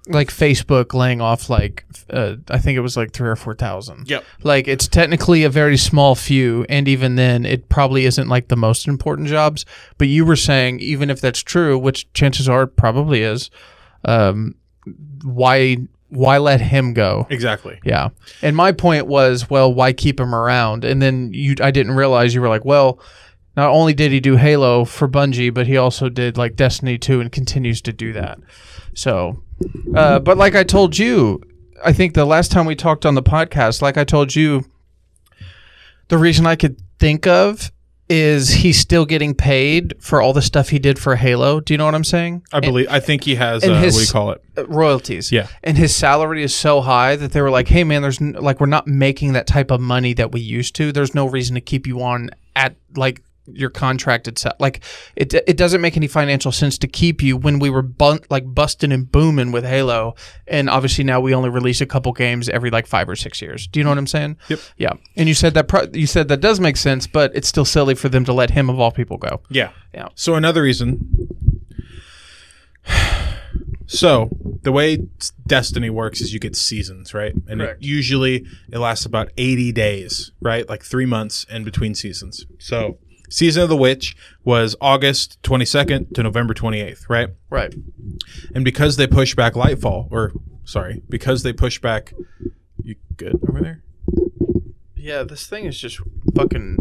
[SPEAKER 1] like Facebook laying off like uh, I think it was like 3 or 4,000.
[SPEAKER 3] Yep.
[SPEAKER 1] Like it's technically a very small few and even then it probably isn't like the most important jobs, but you were saying even if that's true, which chances are it probably is, um why why let him go?
[SPEAKER 3] Exactly.
[SPEAKER 1] Yeah. And my point was, well, why keep him around? And then you I didn't realize you were like, well, not only did he do Halo for Bungie, but he also did like Destiny 2 and continues to do that. So, uh, but like I told you, I think the last time we talked on the podcast, like I told you, the reason I could think of is he's still getting paid for all the stuff he did for Halo. Do you know what I'm saying?
[SPEAKER 3] I believe. I think he has.
[SPEAKER 1] and
[SPEAKER 3] Uh,
[SPEAKER 1] his-
[SPEAKER 3] what do you call it?
[SPEAKER 1] uh, royalties.
[SPEAKER 3] Yeah.
[SPEAKER 1] And his salary is so high that they were like, "Hey man, there's n- like we're not making that type of money that we used to. There's no reason to keep you on at like your contracted set. Like it it doesn't make any financial sense to keep you when we were bun- like busting and booming with Halo, and obviously now we only release a couple games every like 5 or 6 years. Do you know what I'm saying?
[SPEAKER 3] Yep.
[SPEAKER 1] Yeah. And you said that pro- you said that does make sense, but it's still silly for them to let him of all people go.
[SPEAKER 3] Yeah.
[SPEAKER 1] Yeah.
[SPEAKER 3] So another reason. So the way Destiny works is you get seasons, right? And it
[SPEAKER 1] Correct.
[SPEAKER 3] usually it lasts about eighty days, right? Like three months in between seasons. So season of the witch was August twenty second to November twenty eighth, right?
[SPEAKER 1] Right.
[SPEAKER 3] And because they push back Lightfall, or sorry, because they push back, you good over there?
[SPEAKER 1] Yeah, this thing is just fucking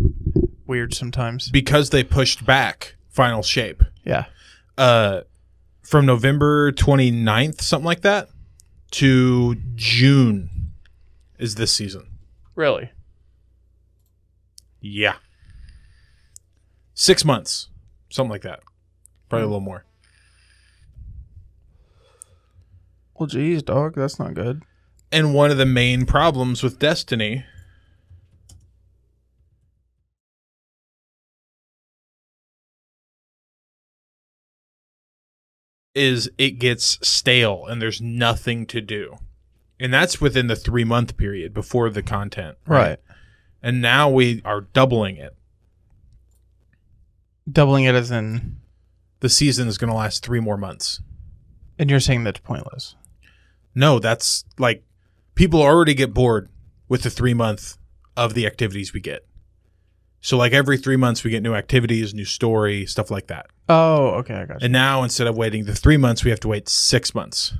[SPEAKER 1] weird sometimes.
[SPEAKER 3] Because they pushed back Final Shape.
[SPEAKER 1] Yeah.
[SPEAKER 3] Uh, from November 29th, something like that, to June is this season.
[SPEAKER 1] Really?
[SPEAKER 3] Yeah. Six months, something like that. Probably a little more.
[SPEAKER 1] Well, geez, dog, that's not good.
[SPEAKER 3] And one of the main problems with Destiny is it gets stale and there's nothing to do. And that's within the 3 month period before the content.
[SPEAKER 1] Right.
[SPEAKER 3] And now we are doubling it.
[SPEAKER 1] Doubling it as in,
[SPEAKER 3] The season is going to last 3 more months.
[SPEAKER 1] and you're saying that's pointless.
[SPEAKER 3] No, that's like people already get bored with the three month of the activities we get. So like every three months we get new activities, new story, stuff like that.
[SPEAKER 1] Oh, okay, I got you.
[SPEAKER 3] And now instead of waiting the three months, we have to wait six months.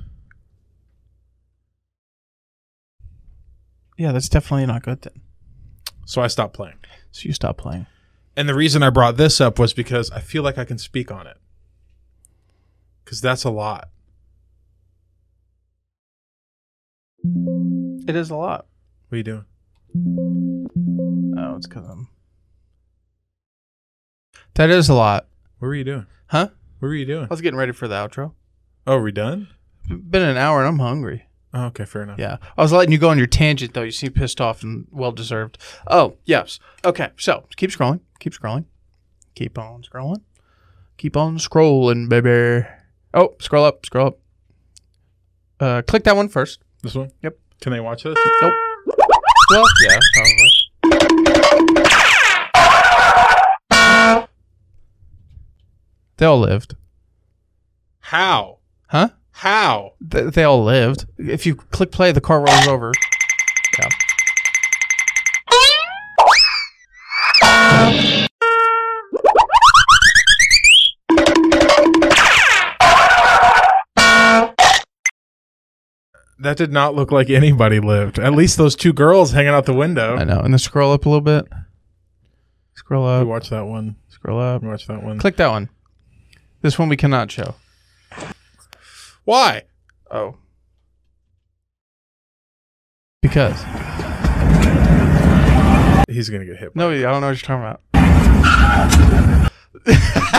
[SPEAKER 1] Yeah, that's definitely not good then.
[SPEAKER 3] So I stopped playing.
[SPEAKER 1] So you stop playing.
[SPEAKER 3] And the reason I brought this up was because I feel like I can speak on it. Cause that's a lot.
[SPEAKER 1] It is a lot.
[SPEAKER 3] What are you doing?
[SPEAKER 1] Oh, it's because I'm. That is a lot.
[SPEAKER 3] What were you doing?
[SPEAKER 1] Huh?
[SPEAKER 3] What were you doing?
[SPEAKER 1] I was getting ready for the outro.
[SPEAKER 3] Oh, are we done?
[SPEAKER 1] Been an hour and I'm hungry.
[SPEAKER 3] Oh, okay, fair enough.
[SPEAKER 1] Yeah. I was letting you go on your tangent, though. You seem pissed off and well deserved. Oh, yes. Okay. So keep scrolling. Keep scrolling. Keep on scrolling. Keep on scrolling, baby. Oh, scroll up. Scroll up. Uh, click that one first.
[SPEAKER 3] This one?
[SPEAKER 1] Yep.
[SPEAKER 3] Can they watch this?
[SPEAKER 1] Nope. Well, yeah, probably. They all lived.
[SPEAKER 3] How?
[SPEAKER 1] Huh?
[SPEAKER 3] How?
[SPEAKER 1] Th- they all lived. If you click play, the car rolls over. Yeah.
[SPEAKER 3] That did not look like anybody lived. At least those two girls hanging out the window.
[SPEAKER 1] I know. And then scroll up a little bit. Scroll up.
[SPEAKER 3] We watch that one.
[SPEAKER 1] Scroll up.
[SPEAKER 3] Watch that one.
[SPEAKER 1] Click that one. This one we cannot show.
[SPEAKER 3] Why?
[SPEAKER 1] Oh. Because.
[SPEAKER 3] he's gonna get hit.
[SPEAKER 1] No, I don't know what you're talking about.
[SPEAKER 3] <laughs>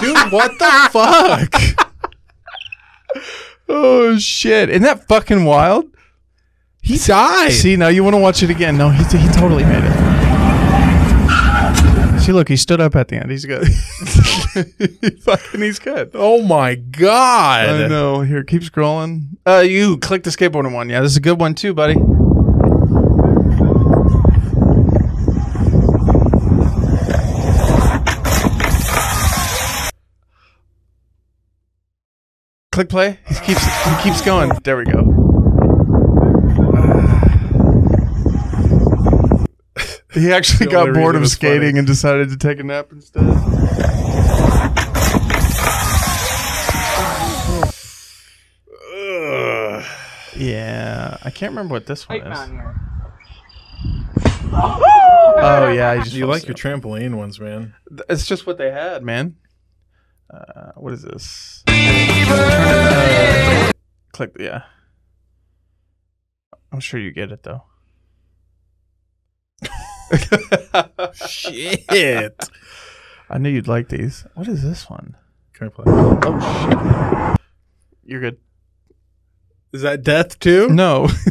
[SPEAKER 3] Dude, what the fuck?
[SPEAKER 1] <laughs> Oh shit! Isn't that fucking wild? He died. See, now you want to watch it again? No, he he totally made it. See, look, he stood up at the end. He's good. <laughs> fucking, he's good.
[SPEAKER 3] Oh my god!
[SPEAKER 1] I know. Here, keep scrolling. Uh, you click the skateboarding one. Yeah, this is a good one too, buddy. Click play. He keeps he keeps going. There we go. <sighs> He actually
[SPEAKER 3] The only
[SPEAKER 1] got bored
[SPEAKER 3] reason
[SPEAKER 1] of
[SPEAKER 3] it's funny.
[SPEAKER 1] skating and decided to take a nap instead. Yeah, I can't remember what this one is. Oh yeah, I just
[SPEAKER 3] you like your trampoline ones, man.
[SPEAKER 1] It's just what they had, man. Uh, what is this? Click. Yeah. I'm sure you get it though.
[SPEAKER 3] Shit.
[SPEAKER 1] <laughs> I knew you'd like these. What is this one? Can I play? Oh shit. You're good.
[SPEAKER 3] Is that death too?
[SPEAKER 1] No. <laughs>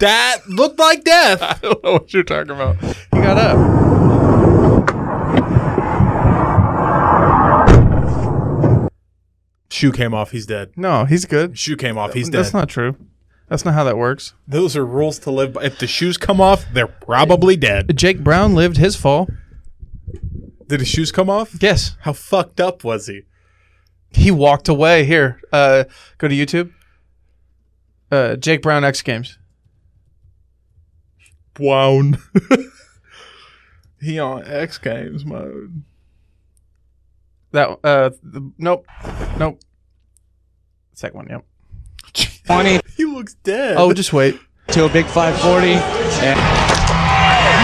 [SPEAKER 3] that looked like
[SPEAKER 1] <laughs>
[SPEAKER 3] death. I
[SPEAKER 1] don't know what you're talking about. He got up.
[SPEAKER 3] Shoe came off. He's dead.
[SPEAKER 1] No, he's good.
[SPEAKER 3] Shoe came off. He's dead.
[SPEAKER 1] That's not true. That's not how that works.
[SPEAKER 3] Those are rules to live by. If the shoes come off, they're probably
[SPEAKER 1] <laughs>
[SPEAKER 3] dead.
[SPEAKER 1] Jake Brown lived his fall.
[SPEAKER 3] Did his shoes come off?
[SPEAKER 1] Yes.
[SPEAKER 3] How fucked up was he?
[SPEAKER 1] He walked away. Here, uh, go to YouTube. Uh, Jake Brown X Games.
[SPEAKER 3] <laughs> Wown.
[SPEAKER 1] He on X Games mode. That uh, the, nope, nope. Second one, yep.
[SPEAKER 15] Twenty.
[SPEAKER 3] he looks dead.
[SPEAKER 1] Oh, just wait.
[SPEAKER 15] To a big 540. And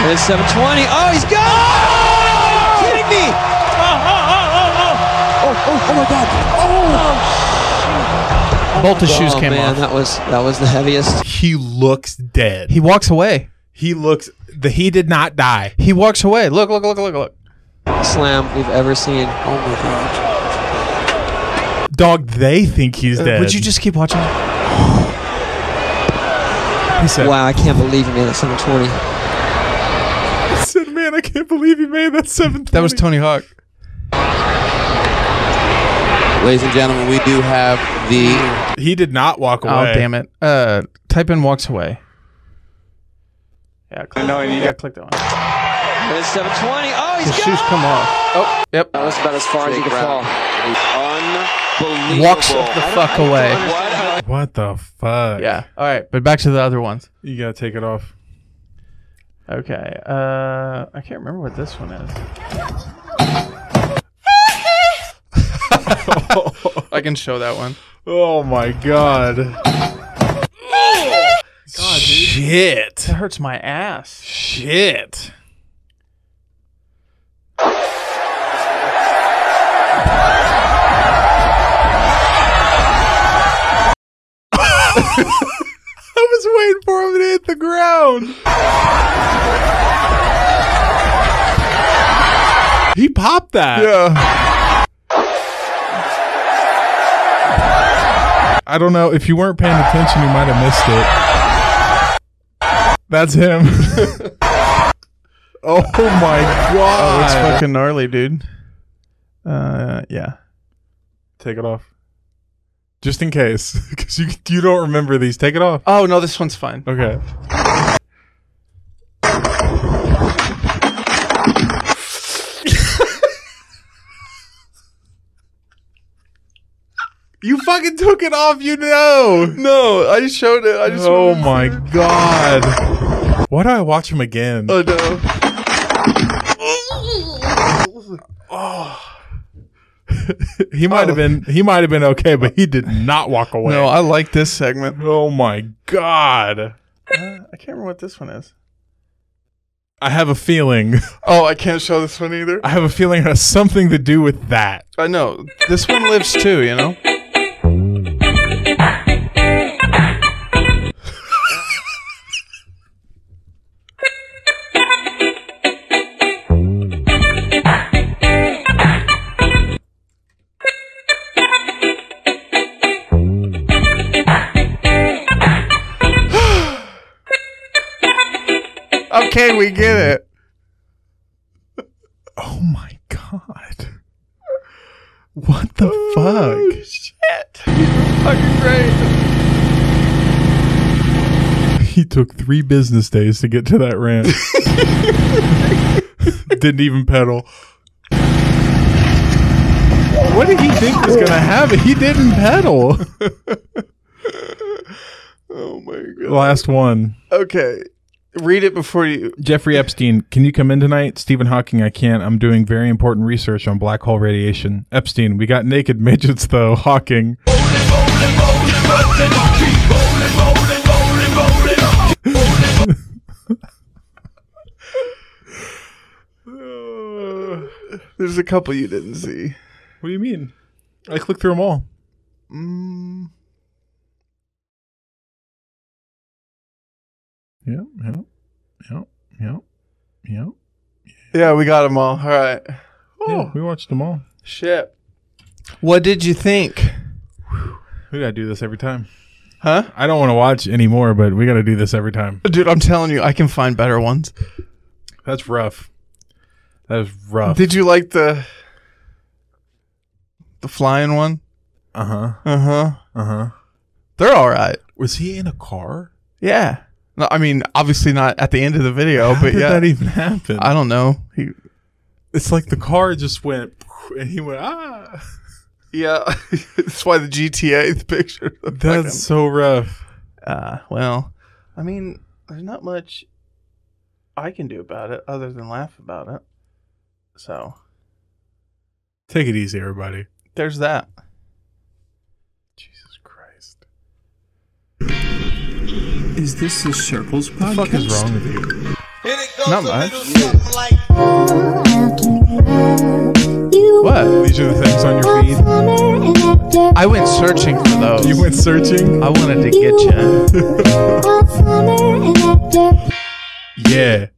[SPEAKER 15] and it's 720. Oh, he's gone! Are you kidding me? Oh, oh, oh, oh, oh. Oh, oh, oh my God. Oh.
[SPEAKER 1] Both his shoes came
[SPEAKER 15] man,
[SPEAKER 1] off.
[SPEAKER 15] That was, that was the heaviest.
[SPEAKER 3] He looks dead.
[SPEAKER 1] He walks away.
[SPEAKER 3] He looks. The he did not die.
[SPEAKER 1] He walks away. Look, look, look, look, look.
[SPEAKER 15] Slam we've ever seen. Oh my God.
[SPEAKER 3] Dog. They think he's
[SPEAKER 1] Uh,
[SPEAKER 3] dead.
[SPEAKER 1] would you just keep watching?
[SPEAKER 15] wow, I can't believe he made it 720.
[SPEAKER 3] I <laughs> said, man, I can't believe he made that seventh.
[SPEAKER 1] That was Tony Hawk.
[SPEAKER 16] Ladies and gentlemen, we do have the.
[SPEAKER 3] He did not walk
[SPEAKER 1] Oh damn it! Uh, type in walks away. Yeah, click, no, yeah, click that one.
[SPEAKER 15] And it's 720. Oh, he's
[SPEAKER 1] His
[SPEAKER 15] gone!
[SPEAKER 1] shoes come off. Oh, yep.
[SPEAKER 15] That was about as far as you could fall.
[SPEAKER 16] Unbelievable.
[SPEAKER 1] Walks the fuck away.
[SPEAKER 3] What the fuck?
[SPEAKER 1] Yeah. All right, but back to the other ones.
[SPEAKER 3] You gotta take it off.
[SPEAKER 1] Okay. Uh, I can't remember what this one is. I can show that one.
[SPEAKER 3] <laughs> Oh my god. Shit. That
[SPEAKER 1] hurts my ass.
[SPEAKER 3] <laughs> Shit. I was waiting for him to hit the ground. He popped that.
[SPEAKER 1] Yeah.
[SPEAKER 3] I don't know. If you weren't paying attention, you might have missed it. That's him. <laughs> oh my god.
[SPEAKER 1] Oh, it's fucking gnarly, dude. Uh, yeah.
[SPEAKER 3] Take it off. Just in case, <laughs> because you you don't remember these. Take it off.
[SPEAKER 1] Oh no, this one's fine.
[SPEAKER 3] Okay. You fucking took it off, you know.
[SPEAKER 1] No, I just showed it. I just.
[SPEAKER 3] Oh my god. Why do I watch him again?
[SPEAKER 1] Oh no.
[SPEAKER 3] He might have been he might have been okay, but he did not walk away.
[SPEAKER 1] uh, No, I like this segment.
[SPEAKER 3] Oh my god.
[SPEAKER 1] I can't remember what this one is.
[SPEAKER 3] I have a feeling.
[SPEAKER 1] Oh, I can't show this one either.
[SPEAKER 3] I have a feeling it has something to do with that.
[SPEAKER 1] I know. This one lives too, you know? <sighs> can we get it?
[SPEAKER 3] Oh my god. What the fuck?
[SPEAKER 1] Oh, Shit. Fucking great.
[SPEAKER 3] He took three business days to get to that
[SPEAKER 1] <laughs>
[SPEAKER 3] rant. Didn't even pedal. What did he think was gonna happen? He didn't pedal.
[SPEAKER 1] <laughs> Oh my god.
[SPEAKER 3] Last one.
[SPEAKER 1] Okay. Read it before you.
[SPEAKER 3] Jeffrey Epstein, can you come in tonight? Stephen Hawking, I can't. I'm doing very important research on black hole radiation. Epstein, we got naked midgets though. Hawking.
[SPEAKER 1] There's a couple you didn't see.
[SPEAKER 3] What do you mean? I clicked through them all.
[SPEAKER 1] Mm,
[SPEAKER 3] Yeah, yeah, yeah, yeah, yeah.
[SPEAKER 1] yeah, we got them all. All right.
[SPEAKER 3] Yeah, we watched them all.
[SPEAKER 1] Shit. What did you think?
[SPEAKER 3] We gotta do this every time.
[SPEAKER 1] Huh?
[SPEAKER 3] I don't want to watch anymore, but we gotta do this every time.
[SPEAKER 1] Dude, I'm telling you, I can find better ones.
[SPEAKER 3] That's rough. That is rough.
[SPEAKER 1] Did you like the the flying one?
[SPEAKER 3] Uh huh.
[SPEAKER 1] Uh huh.
[SPEAKER 3] Uh huh.
[SPEAKER 1] They're all right.
[SPEAKER 3] Was he in a car?
[SPEAKER 1] Yeah. No, I mean, obviously not at the end of the video, but
[SPEAKER 3] How did
[SPEAKER 1] yeah.
[SPEAKER 3] that even happen?
[SPEAKER 1] I don't know. He,
[SPEAKER 3] It's like the car just went, <laughs> and he went ah.
[SPEAKER 1] yeah, <laughs> that's why the GTA the <laughs> picture. the fucking-
[SPEAKER 3] That's so rough.
[SPEAKER 1] Uh, well, I mean, there's not much I can do about it other than laugh about it. So
[SPEAKER 3] Take it easy, everybody.
[SPEAKER 1] there's that.
[SPEAKER 3] Jesus Christ.
[SPEAKER 15] Is this a circles podcast?
[SPEAKER 3] What the fuck is wrong with you?
[SPEAKER 1] Not much. What?
[SPEAKER 3] These are the things on your feed.
[SPEAKER 1] I went searching for those.
[SPEAKER 3] You went searching. <laughs>
[SPEAKER 1] I wanted to get you.
[SPEAKER 3] Yeah.